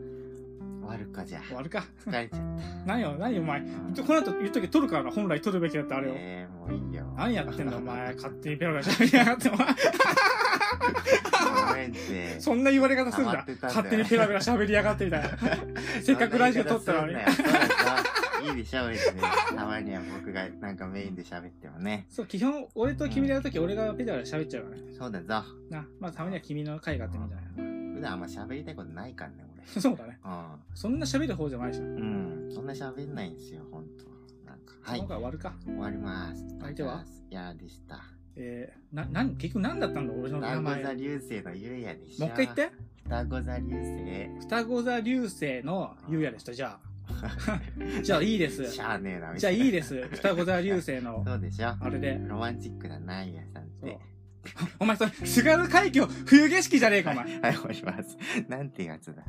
わるか、じゃ終わるか。あ。疲れちゃっ何よ、何よ、お前。た。この後言っとけ、取るからな、本来取るべきだった、あれを。えー、もういいよ。何やってんだ、お前。勝手にペロペロ喋りやがって、お前。ごめんって。そんな言われ方するん黙だってたんだよ勝手にペラペラ喋りやがってみたい な。せっかくラジオ撮ったのそんに。な言い方すんなよそうそういいでしょ、別に。たまには僕がなんかメインで喋ってもね。そう、基本、俺と君でやるとき、俺がペラペラ喋っちゃうからね。そうだぞ。な、まあ、たまには君の回があってもいいんじゃない普段あんま喋りたいことないからね、そうだね。俺。そんな喋る方じゃないでしょ。うん。うん。そんな喋んないんですよ、ほんと。なんか。はい今。回終わるか。終わります。相手はいやーでした。えー、な、なん、結局何だったんだ、俺の双名子前。も座う流星のゆうやでし一ょ。回言って。双子座流星。双子座流星のゆうやでした、じゃ あ。じゃあ、いいです。しゃあねえな、みじゃたあ、いな。いいです。双子座流星の、そうでしょ。あれで。ロマンチックだな、ゆうやさんって。そうお前、それ、津軽海峡冬景色じゃねえか、お前。はい、終わります。なんてやつだ。